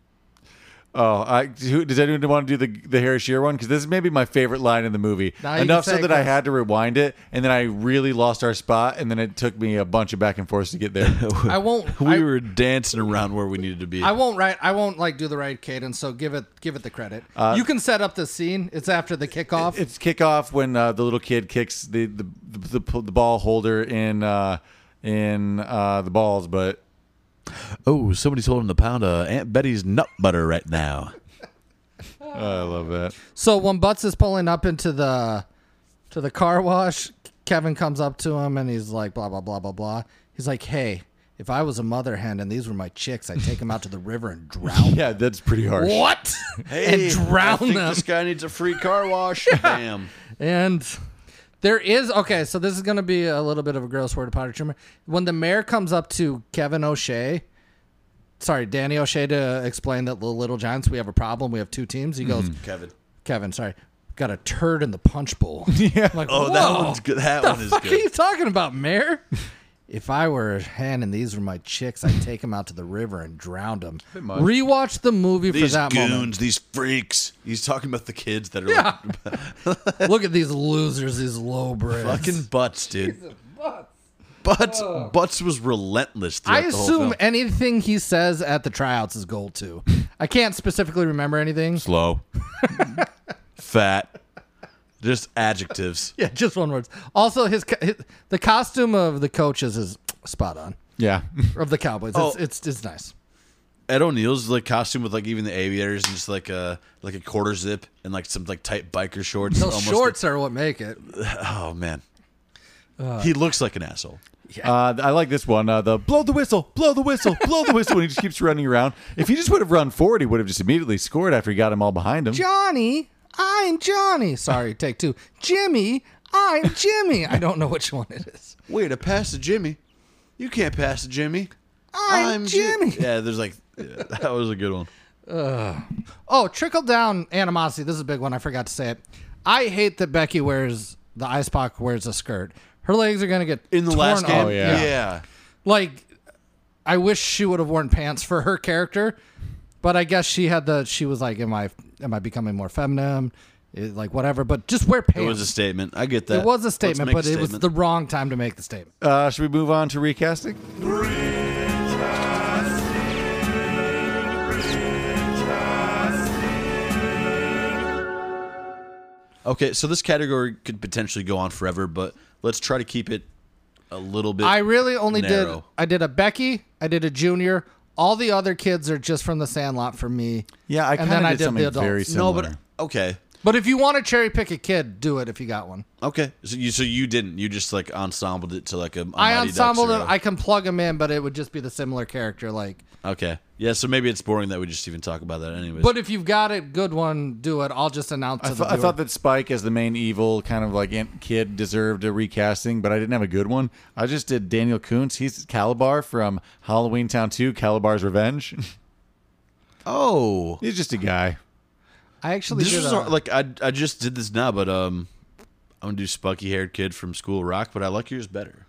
Oh, I, who, does anyone want to do the the Harry Shearer one? Because this is maybe my favorite line in the movie. Now you can Enough say so it, that I Chris. had to rewind it, and then I really lost our spot, and then it took me a bunch of back and forth to get there. I won't. We I, were dancing around where we needed to be. I won't write. I won't like do the right cadence. So give it, give it the credit. Uh, you can set up the scene. It's after the kickoff. it's kickoff when uh, the little kid kicks the the, the, the, the ball holder in uh, in uh, the balls, but oh, somebody's holding the pound of Aunt Betty's nut butter right now. uh, I love that. so when Butts is pulling up into the, to the car wash, Kevin comes up to him and he's like, blah blah blah blah blah. He's like, hey, if I was a mother hen and these were my chicks, I'd take them out to the river and drown. Yeah, that's pretty harsh. What? and drown I think them. This guy needs a free car wash. Damn. And there is okay, so this is gonna be a little bit of a gross word of powder trimmer. When the mayor comes up to Kevin O'Shea, sorry, Danny Mm-hmm. O'Shea to explain that the Little Giants, we have a problem. We have two teams. He goes, Kevin. Kevin, sorry. got a turd in the punch bowl. Yeah. I'm like, Oh, that "Whoa, one's good. That the one is fuck are good. you talking about, Mayor? If I were a hen and these were my chicks, I'd take them out to the river and drown them. much. Rewatch the movie These for that goons, moment. these freaks. He's talking about the kids that are Yeah. like Look at these losers, these lowbreds. fucking butts, dude. Butts, butts was relentless. Throughout I the whole assume film. anything he says at the tryouts is gold too. I can't specifically remember anything. slow, fat, just adjectives. Yeah, just one word. Also, his, co- his the costume of the coaches is spot on Yeah. of the Cowboys. Oh. It's, it's it's nice. Ed O'Neill's like costume with like even the aviators and just like a like a quarter zip and like some like tight biker shorts. Those almost- shorts are what make it. oh man, he looks like an asshole. Uh, I like this one. Uh, the blow the whistle, blow the whistle, blow the whistle. And he just keeps running around. If he just would have run forward, he would have just immediately scored after he got him all behind him. Johnny, I'm Johnny. Sorry, take two. Jimmy, I'm Jimmy. I don't know which one it is. Wait, to pass to Jimmy? You can't pass to Jimmy. I'm Ji- Jimmy. Yeah, there's like yeah, that was a good one. Oh, trickle down animosity. This is a big one. I forgot to say it. I hate that Becky wears the ice pock wears a skirt. Her legs are gonna get In the torn last game, up. Oh, yeah. yeah. Like, I wish she would have worn pants for her character, but I guess she had the. She was like, "Am I am I becoming more feminine? It- like whatever." But just wear pants. It was a statement. I get that. It was a Let's statement, make but a it was statement. the wrong time to make the statement. Uh, should we move on to recasting? Okay, so this category could potentially go on forever, but let's try to keep it a little bit. I really only did. narrow. I did a Becky. I did a Junior. All the other kids are just from the Sandlot for me. Yeah, I And kind then of I did, did the something adults. very no, similar. but okay, But if you want to cherry pick a kid, do it if you got one. okay. So you so you didn't. You just like ensembled it to like a. a I Mighty Ducks ensembled or them. a- I can plug them in, but it would just be the similar character. Like, okay, yeah. So maybe it's boring that we just even talk about that, anyways. but if you've got a good one, do it. I'll just announce. To I, the thought I viewer. thought that Spike as the main evil kind of like ant kid deserved a recasting, but I didn't have a good one. I just did Daniel Koontz. He's Calabar from Halloween Town 2, Calabar's Revenge. oh, He's just a guy. I actually this did was a- our- like I I just did this now, but um, I'm gonna do Spucky haired kid from School Rock, but I like yours better.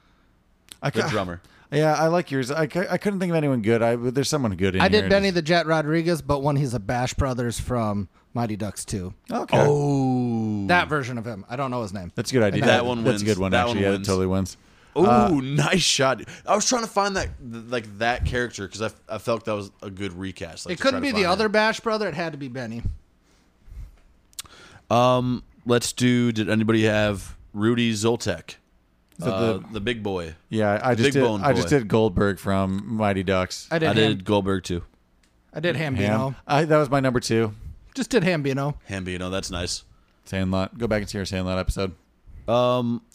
I The ca- drummer. Yeah, I like yours. I, cou- I couldn't think of anyone good. I but there's someone good in I here. did Benny the Jet Rodriguez, but when he's a Bash Brothers from Mighty Ducks 2. Okay. Oh, That version of him. I don't know his name. That's a good idea. That one That's wins. a good one, That actually. one yeah, wins. it totally wins. Ooh, uh, nice shot! I was trying to find that th- like that character because I, f- I felt that was a good recast. like, it to try couldn't to be find the that. other Bash Brother. It had to be Benny. Let's do. Did anybody have Rudy Zoltek, Is that Uh, the- the big boy? yeah, I just Big did. Bone I just Boy. did Goldberg from Mighty Ducks. I did. I Ham- did Goldberg too. I did Hambino. Ham. I, that was my number two. Just did Hambino. Hambino, that's nice. Sandlot. Go back and see our Sandlot episode.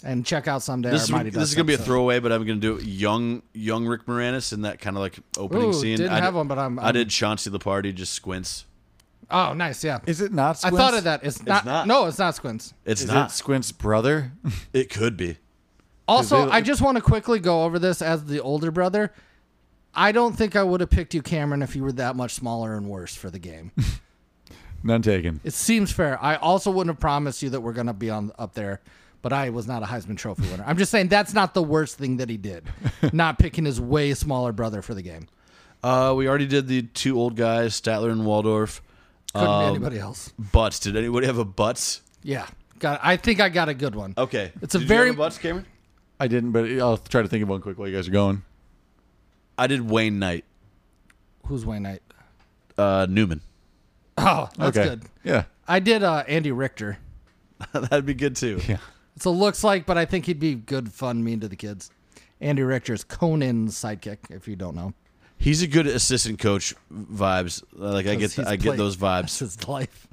and check out someday This our is, Mighty this Ducks is gonna be a episode. throwaway, but I'm gonna do young young Rick Moranis in that kind of like opening Ooh, scene. didn't I have did, one, but I'm- I I'm- did Chauncey the party just squints. Oh, nice, yeah. Is it not? I Squints? thought of that. It's not, not. No, it's not Squints. It's Is not. it Squint's brother? it could be. Also, they- I just want to quickly go over this as the older brother. I don't think I would have picked you, Cameron, if you were that much smaller and worse for the game. None taken. it seems fair. I also wouldn't have promised you that we're gonna be on up there, but I was not a Heisman Trophy winner. I'm just saying that's not the worst thing that he did, not picking his way smaller brother for the game. Uh, we already did the two old guys, Statler and Waldorf. Couldn't be Um, anybody else. Butts. Did anybody have a butts? Yeah, got. I think I got a good one. Okay. It's a Did you very- have a butts, Cameron. I didn't, but I'll try to think of one quick while you guys are going. I did Wayne Knight, Who's Wayne Knight? uh, Newman. Oh, that's okay. good. Yeah. I did uh, Andy Richter. That'd be good too. Yeah. So looks like, but I think he'd be good fun, mean to the kids. Andy Richter is Conan's sidekick, if you don't know. He's a good assistant coach vibes. Uh, Like I get, 'Cause th- he's I get played- those That's vibes. his life.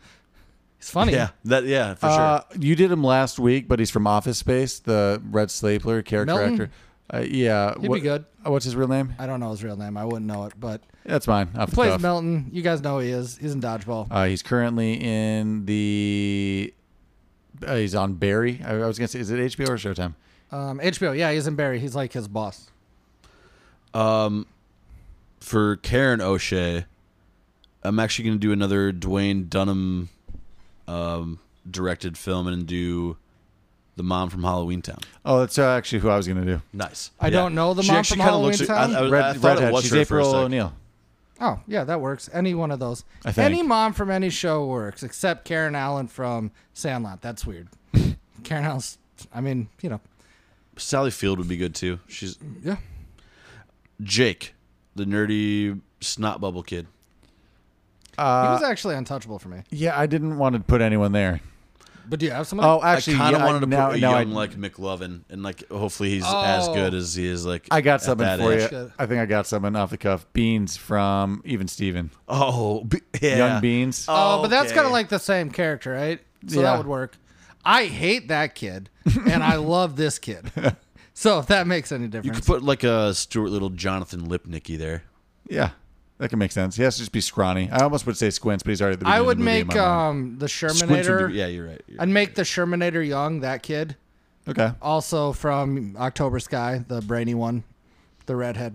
He's funny. Yeah, that yeah for Uh, sure. you did him last week, but he's from Office Space, the Red Slapler character Melton? actor. Uh, yeah. He'd be good. What's his real name? I don't know his real name. I wouldn't know it, but That's mine. Off the plays cuff. Melton. You guys know who he is. He's in dodgeball. Uh, he's currently in the. Uh, he's on Barry. I, I was gonna say, is it HBO or Showtime? Um, HBO. Yeah, he's in Barry. He's like his boss. For Karen O'Shea, I'm actually going to do another Dwayne Dunham, um, directed film and do the mom from Halloween Town. Oh, that's uh, actually who I was going to do. Nice. I don't know the She mom actually from kinda Halloween looks- Town. I, I, I Red, thought it redhead. was She's her for a April sec. O'Neil. Oh, yeah, that works. Any one of those. I think. Any mom from any show works, except Karen Allen from Sandlot. That's weird. Karen Allen's, I mean, you know, Sally Field would be good too. She's yeah. Jake, the nerdy snot bubble kid. he Uh, was actually untouchable for me. Yeah, I didn't want to put anyone there. But do you have somebody? Oh, actually, Actually, I kind of yeah, wanted to now, put a now young I, like McLovin, and like hopefully he's as Oh. good as he is. Like I got at something that for age. you. Good. I think I got something off the cuff. Beans from Even Steven. Oh, b- yeah. Young Beans. Oh, but that's okay. kind of like the same character, right? So Yeah. that would work. I hate that kid, and I love this kid. So if that makes any You difference, could put like a Stuart Little, Jonathan Lipnicki there. Yeah, that can make sense. He has to just be scrawny. I almost would say squints, but he's already. At the I beginning would of the movie in make my mind. um the Squints would Shermanator. be- yeah, you're right. You're I'd make the Shermanator young, that kid. Okay. Also from October Sky, the brainy one, the redhead.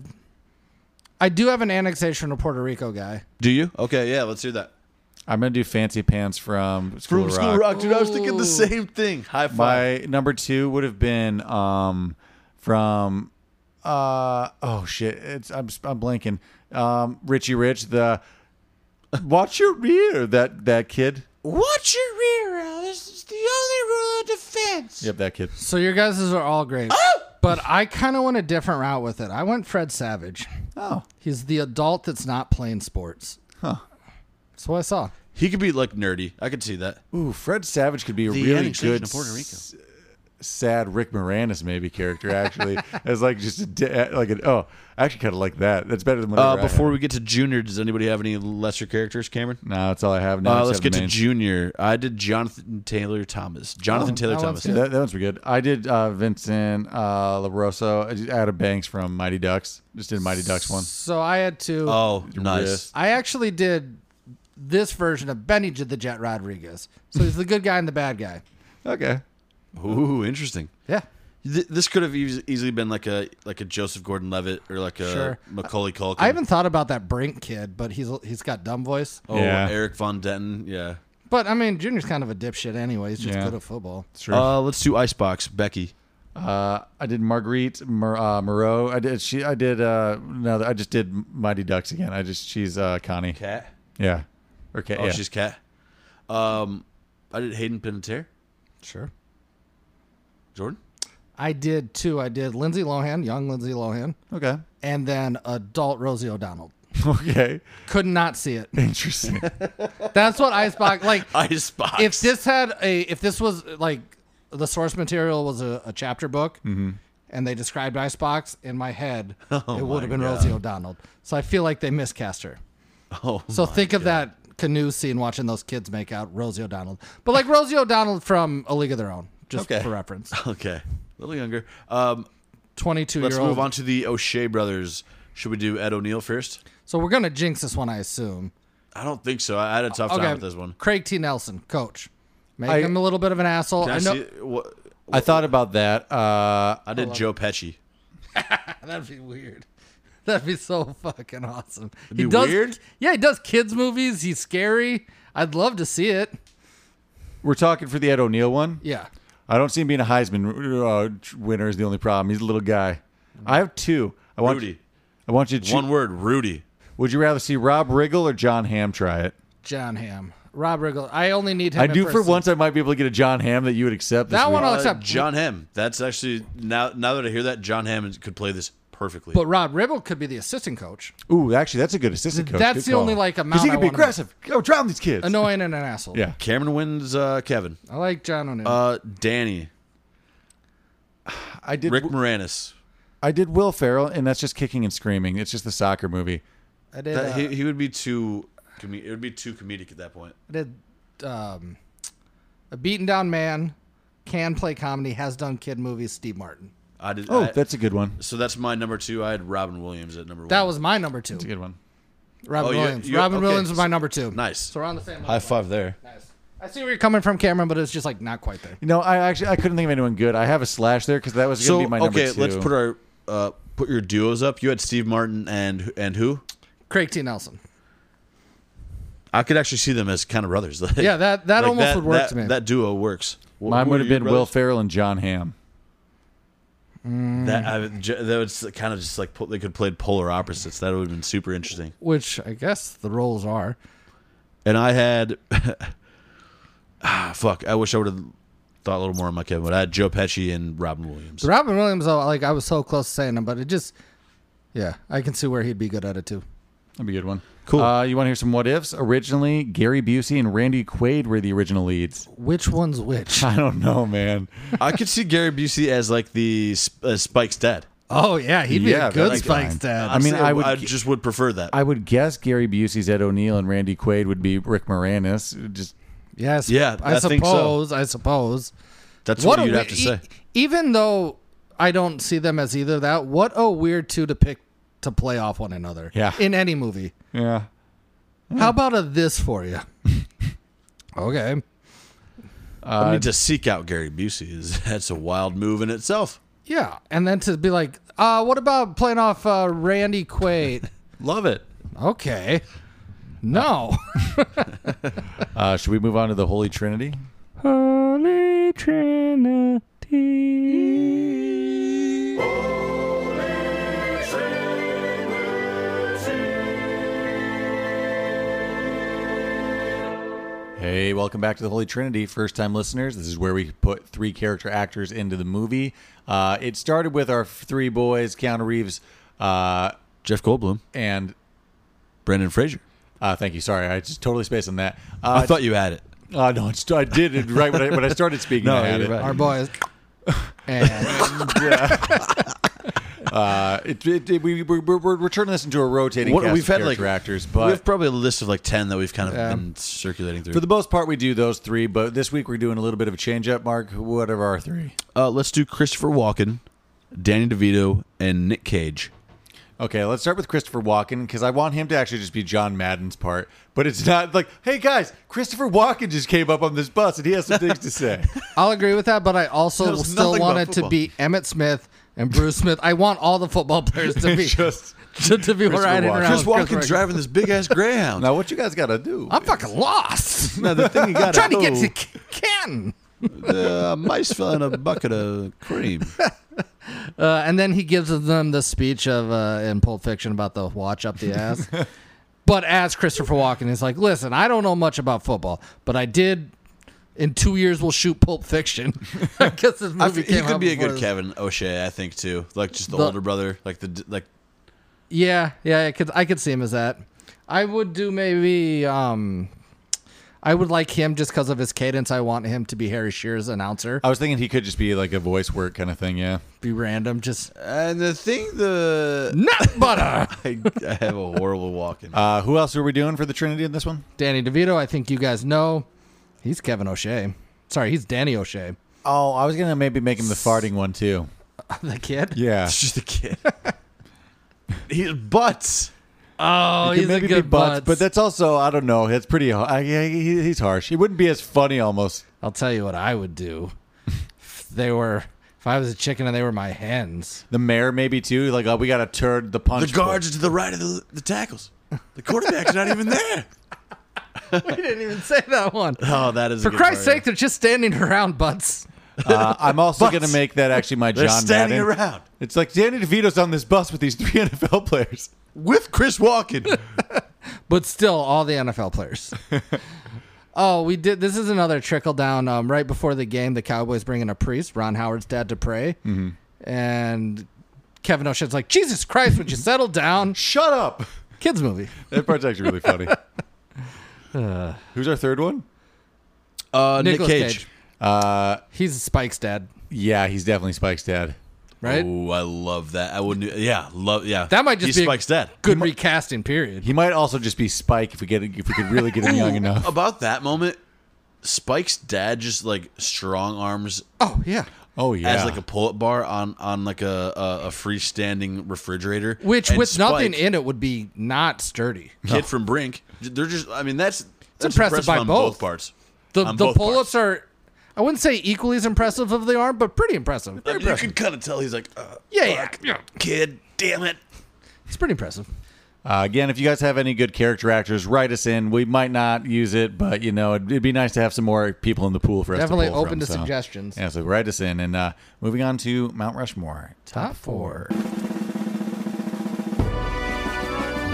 I do have an annexation of Puerto Rico guy. Do you? Okay, yeah. Let's hear that. I'm gonna do fancy pants from School From of School Rock. Rock, dude. I was thinking the same thing. High five. My number two would have been um, from uh oh shit it's I'm I'm blanking um Richie Rich the watch your rear that that kid Watch your rear out. This is the only rule of defense. yep that kid So your guys' are all great. But I kind of went a different route with it. I went Fred Savage. oh He's the adult that's not playing sports. Huh. That's what I saw. He could be like nerdy. I could see that. ooh Fred Savage could be a The really annexation good of Puerto Rico. s- sad Rick Moranis maybe character actually as like just a da- like an oh I actually kind of like that that's better than Uh, whatever I had. before we get to junior, does anybody have any lesser characters, Cameron? no that's all I have now Uh, except let's the get to main. junior. I did Jonathan Taylor Thomas. Jonathan Oh, Taylor that Thomas. one's good. That, that one's pretty good. I did uh, Vincent uh, LaRosso. I just added Banks from Mighty Ducks. Just did a Mighty Ducks one. So I had two. Oh, wrist. nice. I actually did this version of Benny J- the Jet Rodriguez. So he's the good guy and the bad guy. Okay. Ooh, interesting. Yeah. Th- this could have eas- easily been like a like a Joseph Gordon-Levitt or like a Sure. Macaulay Culkin. I haven't thought about that Brink kid, but he's he's got dumb voice. Oh, Yeah. Eric Von Denton. Yeah. But I mean, Junior's kind of a dipshit anyway. He's just Yeah. good at football. It's true. Uh, Uh, let's do Icebox. Becky. I did Marguerite Mor- uh, Moreau. I did she. I did uh, no. I just did Mighty Ducks again. I just she's uh, Connie. Cat. Yeah. Okay. Oh, yeah. she's cat. Um, I did Hayden Panettiere. Sure. Jordan. I did two. I did Lindsay Lohan, young Lindsay Lohan, okay. and then adult Rosie O'Donnell. Okay. Could not see it. Interesting. That's what Icebox like. Icebox. if this had a if this was like the source material was a, a chapter book Mm-hmm. and they described icebox in my head it would have been rosie o'donnell so i feel like they miscast her Oh, so think of that canoe scene watching those kids make out rosie o'donnell but like rosie o'donnell from a league of their own just Okay. for reference okay. A little younger. Um, 22 let's year old move on to the O'Shea brothers. Should we do Ed O'Neill first? so we're gonna jinx this one i assume I don't think so. I had a tough time with this one. craig t nelson coach make I- him a little bit of an asshole Can I, i know see what I thought about that. Uh, I did Joe Pesci. That'd be weird. That'd be so fucking awesome. be he does, weird? Yeah, he does kids movies. He's scary. I'd love to see it. we're talking for the Ed O'Neill one. Yeah. I don't see him being a Heisman uh, winner. Is the only problem. He's a little guy. I have two. I want. Rudy. I want you to choose. One word, Rudy. Would you rather see Rob Riggle or John Hamm try it? John Hamm, Rob Riggle. I only need him. I in do for person. once. I might be able to get a John Hamm that you would accept. This That one week. I'll Uh, accept. John Hamm. That's actually now. Now that I hear that, John Hamm could play this perfectly. But Rob Riggle could be the assistant coach. Ooh, actually, that's a good assistant coach. That's Good the call. only, like, 'Cause amount he I can be wanna- aggressive. Go drown these kids. Annoying and an asshole. Yeah. Cameron wins. Uh, Kevin. I like John O'Neill. Uh, Danny. I did. Rick Moranis. I did Will Ferrell, and that's just kicking and screaming. It's just the soccer movie. I did. That, uh, he, he would be too. Com- it would be too comedic at that point. I did. Um, a beaten down man can play comedy. Has done kid movies. Steve Martin. I did. Oh, I- that's a good one. so that's my number two. I had Robin Williams at number one. That was my number two. That's a good one. Robin Oh, you- Williams. you- Robin okay. Williams was my number two. nice. So we're on the same. High five there. Nice. I see where you're coming from, Cameron, but it's just like not quite there. You know, I actually I couldn't think of anyone good. I have a slash there because that was So going to be my number okay, two. let's put our uh, put your duos up. You had Steve Martin and and who? Craig T. Nelson. I could actually see them as kind of brothers. Like- Yeah, that- that almost would work that- to me. That duo works. Wh- Mine who would are have your been Will brothers? Ferrell and John Hamm. That, I, would ju- that was kind of just like po- they could have played polar opposites. That would have been super interesting. which I guess the roles are. And I had, ah, fuck. I wish I would have thought a little more on my Kevin. But I had Joe Pesci and Robin Williams. Robin Williams, oh, like I was so close to saying him, but it just, yeah, I can see where he'd be good at it too. That'd be a good one. Cool. Uh, you want to hear some what ifs? Originally, Gary Busey and Randy Quaid were the original leads. Which one's which? I don't know, man. I could see Gary Busey as like the sp- uh, Spike's dad. oh yeah, he'd be Yeah, a good that'd be Spike's fine. dad. I mean, Honestly, I would- I just would prefer that. I would guess Gary Busey's Ed O'Neill and Randy Quaid would be Rick Moranis. Just yes, Yeah, I, I think so. suppose, I suppose. That's what, a you'd wei- have to e- say. even though I don't see them as either that, what a weird two to pick to play off one another. Yeah. in any movie. yeah. Hmm. How about a this for you? okay. I mean, to seek out Gary Busey is that's a wild move in itself. Yeah, and then to be like, uh, what about playing off uh, Randy Quaid? Love it. okay. No. Uh, should we move on to the Holy Trinity? Hey, welcome back to the Holy Trinity. First time listeners, this is where we put three character actors into the movie. Uh, it started with our three boys, Keanu Reeves, uh, Jeff Goldblum, and Brandon Fraser. uh, thank you. Sorry, I just totally spaced on that. Uh, I thought you had it. Uh, no, it's, I did it right when I, when I started speaking. No, I had you're it. right. Our boys. And Uh, it, it, it- we, we're, we're, we're turning this into a rotating What- cast we've of had like character actors, but we have probably a list of like ten that we've kind of been circulating through. for the most part, we do those three. But this week, we're doing a little bit of a change up. Mark, what are our three? uh, let's do Christopher Walken, Danny DeVito, and Nick Cage. Okay, let's start with Christopher Walken because I want him to actually just be John Madden's part. But it's not like, hey guys, Christopher Walken just came up on this bus and he has some things to say. I'll agree with that, but I That also was still nothing want about it to football. be Emmett Smith and Bruce Smith. I want all the football players to be Just- to, to be Christopher riding Walken. around. Chris with Walken Walken. driving this big ass Greyhound. now, what you guys got to do? I'm fucking lost. now the thing you got trying to get to K- Canton. uh, mice fell in a bucket of cream. Uh, and then he gives them the speech of uh, in Pulp Fiction about the watch up the ass. but as Christopher Walken is like, listen, I don't know much about football, but I did. In two years, we'll shoot Pulp Fiction. I guess this movie I, think he came could out be a before good this. Kevin O'Shea, I think too. Like just the, The- older brother, like the d- like Yeah, yeah, I could I could see him as that. I would do maybe um I would like him just because of his cadence. I want him to be Harry Shearer's announcer. I was thinking he could just be like a voice work kind of thing. Yeah. Be random, just And the thing, the nut butter. I, I have a horrible walking. Uh, who else are we doing for the Trinity in this one? Danny DeVito, I think you guys know. He's Kevin O'Shea. Sorry, he's Danny O'Shea. Oh, I was gonna maybe make him the farting one too. the kid. Yeah. it's just a kid. He's butts. Oh, he's a good butts, butts, but that's also I don't know. It's pretty. uh, I, I, he, he's harsh. He wouldn't be as funny almost. I'll tell you what I would do. if they were if I was a chicken and they were my hens. The mayor maybe too. Like oh, we got to turn the punch. The guards are to the right of the, the tackles. The quarterback's not even there. I didn't even say that one. Oh, that is For Christ's sake, they're just standing around butts. Uh, I'm also Butts. gonna make that actually my They're John standing Madden. around It's like Danny DeVito's on this bus with these three NFL players. with Chris Walken. but still all the NFL players. oh, we did. This is another trickle down. Um, right before the game, the Cowboys bring in a priest, Ron Howard's dad, to pray, and Kevin O'Shea's like, "Jesus Christ, would you settle down?" Shut up. Kids movie. That part's actually really funny. Who's our third one? Uh, Nick Nicolas Cage. Cage. He's Spike's dad, Yeah, he's definitely Spike's dad. right? Oh, I love that. I wouldn't. Yeah, love. Yeah, That might just He's be a Spike's dad. Good recasting. Period. He might also just be Spike if we get if we could really get him young enough. About that moment, Spike's dad just like strong arms oh yeah. Oh yeah, as like a pull-up bar on on like a a, a freestanding refrigerator, Which And with nothing Spike, in it would be not sturdy. kid from Brink. They're just. I mean, that's that's impressive by on both. parts. The On the both pull-ups parts. are. I wouldn't say equally as impressive of the arm, but pretty impressive. I mean, you can kind of tell he's like, uh, Yeah, yeah, yeah. kid, damn it. It's pretty impressive. Uh, again, if you guys have any good character actors, write us in. We might not use it, but you know, it'd, it'd be nice to have some more people in the pool for us. Definitely to pull open from, to so. suggestions. Yeah, so write us in. And uh, moving on to Mount Rushmore, Top four.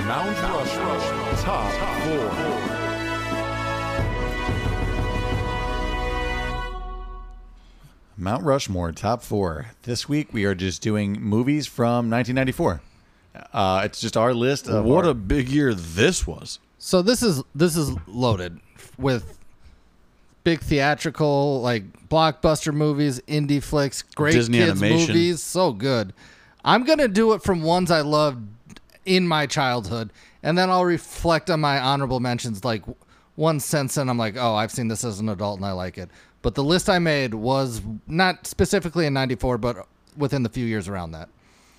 Mount Rushmore Top 4. Mount Rushmore, top four. This week we are just doing movies from 1994. Uh, it's just our list of What our- a big year this was. So this is this is loaded with big theatrical like blockbuster movies, indie flicks, great Disney kids animation. movies, so good. I'm gonna do it from ones I loved in my childhood, and then I'll reflect on my honorable mentions like one since and I'm like, oh, I've seen this as an adult and I like it. But the list I made was not specifically in '94, but within the few years around that.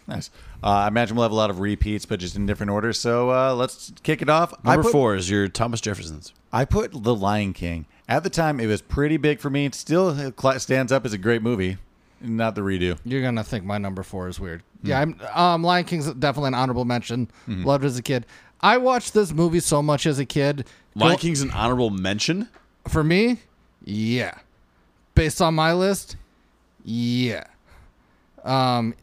nice. Uh, I imagine we'll have a lot of repeats, but just in different order. So uh, let's kick it off. I Number put, four is your Thomas Jefferson's. I put The Lion King. At the time, it was pretty big for me. It still uh, cla- stands up as a great movie. Not the redo. You're gonna think my number four is weird. Yeah, I'm um Lion King's definitely an honorable mention. Loved it as a kid. I watched this movie so much as a kid. Lion Go- King's an honorable mention. for me, yeah. Based on my list, yeah. Um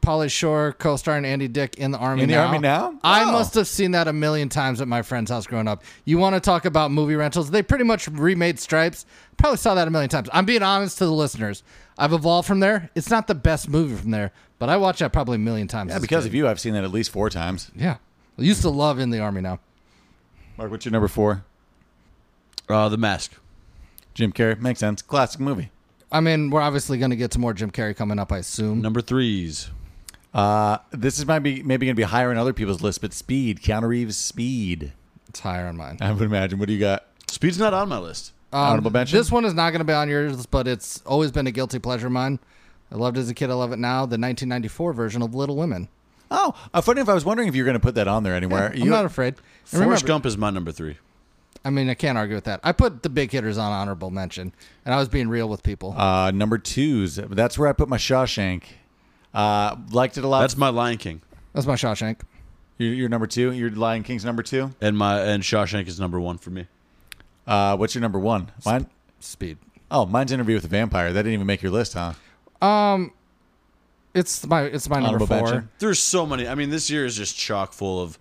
Polly Shore co-starring Andy Dick in the Army In the Now. Army Now? I Oh. must have seen that a million times at my friend's house growing up. You want to talk about movie rentals? They pretty much remade Stripes. Probably saw that a million times. I'm being honest to the listeners. I've evolved from there. It's not the best movie from there, but I watched that probably a million times. Yeah, as a because kid. of you, I've seen that at least four times. Yeah. I used to love In the Army Now. Mark, what's your number four? Uh, the Mask. Jim Carrey. Makes sense. Classic movie. I mean, we're obviously going to get to more Jim Carrey coming up, I assume. Number threes. Uh, this is might be maybe going to be higher on other people's list, but Speed. Keanu Reeves, Speed. It's higher on mine. I would imagine. What do you got? Speed's not on my list. Honorable mention. Um, This one is not going to be on yours, but it's always been a guilty pleasure of mine. I loved it as a kid. I love it now. The 1994 version of Little Women. Oh, uh, funny if I was wondering if you were going to put that on there anywhere. I'm you, not afraid. And Forrest remember- Gump is my number three. I mean, I can't argue with that. I put the big hitters on honorable mention, and I was being real with people. uh, number twos. That's where I put my Shawshank. Uh, liked it a lot. That's my Lion King, That's my Shawshank. your, your number two. Your Lion King's number two. and my and Shawshank is number one for me. Uh, what's your number one? Mine. Speed. Oh, mine's Interview with the Vampire. That didn't even make your list, huh? It's my it's my number Honorable four. mention. There's so many. I mean, this year is just chock full of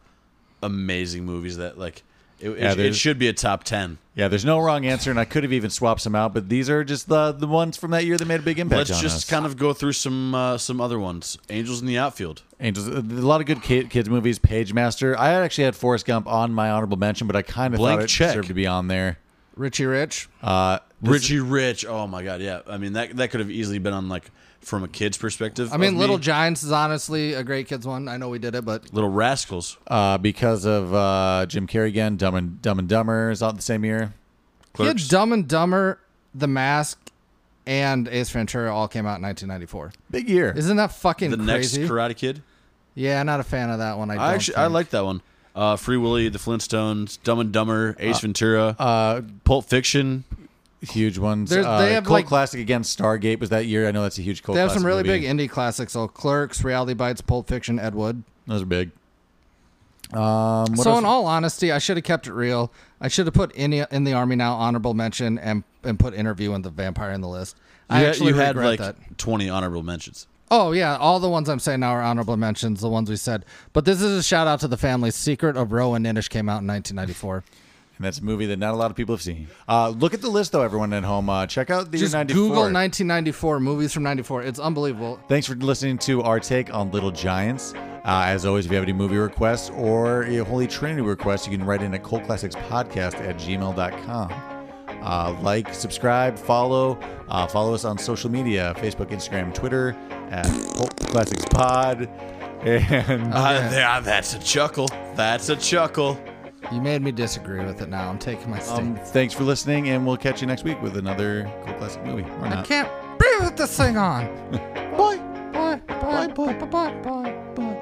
amazing movies that like it, it- Yeah, it, there's- should be a top ten. Yeah, there's no wrong answer, and I could have even swapped some out, but these are just the the ones from that year that made a big impact Let's on just us. kind of go through some uh, some other ones. Angels in the Outfield. Angels, uh, a lot of good kid, kids movies. Page Master. I actually had Forrest Gump on my honorable mention, but I kind of Blank thought it check. deserved to be on there. Richie Rich. Uh, this- Richie Rich. Oh my god, yeah. I mean that that could have easily been on like from a kid's perspective. I mean, of Little me. Giants is honestly a great kids one. I know we did it, but Little Rascals, uh, because of uh, Jim Carrey again. Dumb and Dumb and Dumber is out the same year. Kid, Clerks. Dumb and Dumber, The Mask, and Ace Ventura all came out in 1994. Big year. Isn't that fucking the next crazy? Karate Kid. yeah, not a fan of that one. I, I don't actually think. I like that one. Uh, Free Willy, The Flintstones, Dumb and Dumber, Ace Ventura, uh, Pulp Fiction. huge ones. There's- Uh, they have, cult like- classic against Stargate was that year. I know that's a huge cult. They have some classic really movie. big indie classics. So Clerks, Reality Bites, Pulp Fiction, Ed Wood. Those are big. Um, what so else? in all honesty, I should have kept it real. I should have put in in the Army Now honorable mention and and put Interview and the Vampire in the list. I You, had- actually you had regret like that. 20 honorable mentions. Oh yeah, all the ones I'm saying now are honorable mentions, the ones we said. But this is a shout out to the family. Secret of Rowan Inish came out in 1994. and that's a movie that not a lot of people have seen. Uh, look at the list though, everyone at home. Uh, check out the Just year 94. Google 1994 movies from 94. It's unbelievable. Thanks for listening to our take on Little Giants. Uh, as always, if you have any movie requests or a Holy Trinity request, you can write in at coldclassicspodcast at gmail.com. Uh, like, subscribe, follow. Uh, follow us on social media Facebook, Instagram, Twitter at Cult Classics Pod. Oh, And Uh, yeah, that's a chuckle. That's a chuckle. You made me disagree with it now. I'm taking my stake. um, thanks for listening, and we'll catch you next week with another Cult Classic movie. Or I not. can't breathe with this thing on. Bye. Bye, bye, Bye, bye. bye, bye, bye, bye.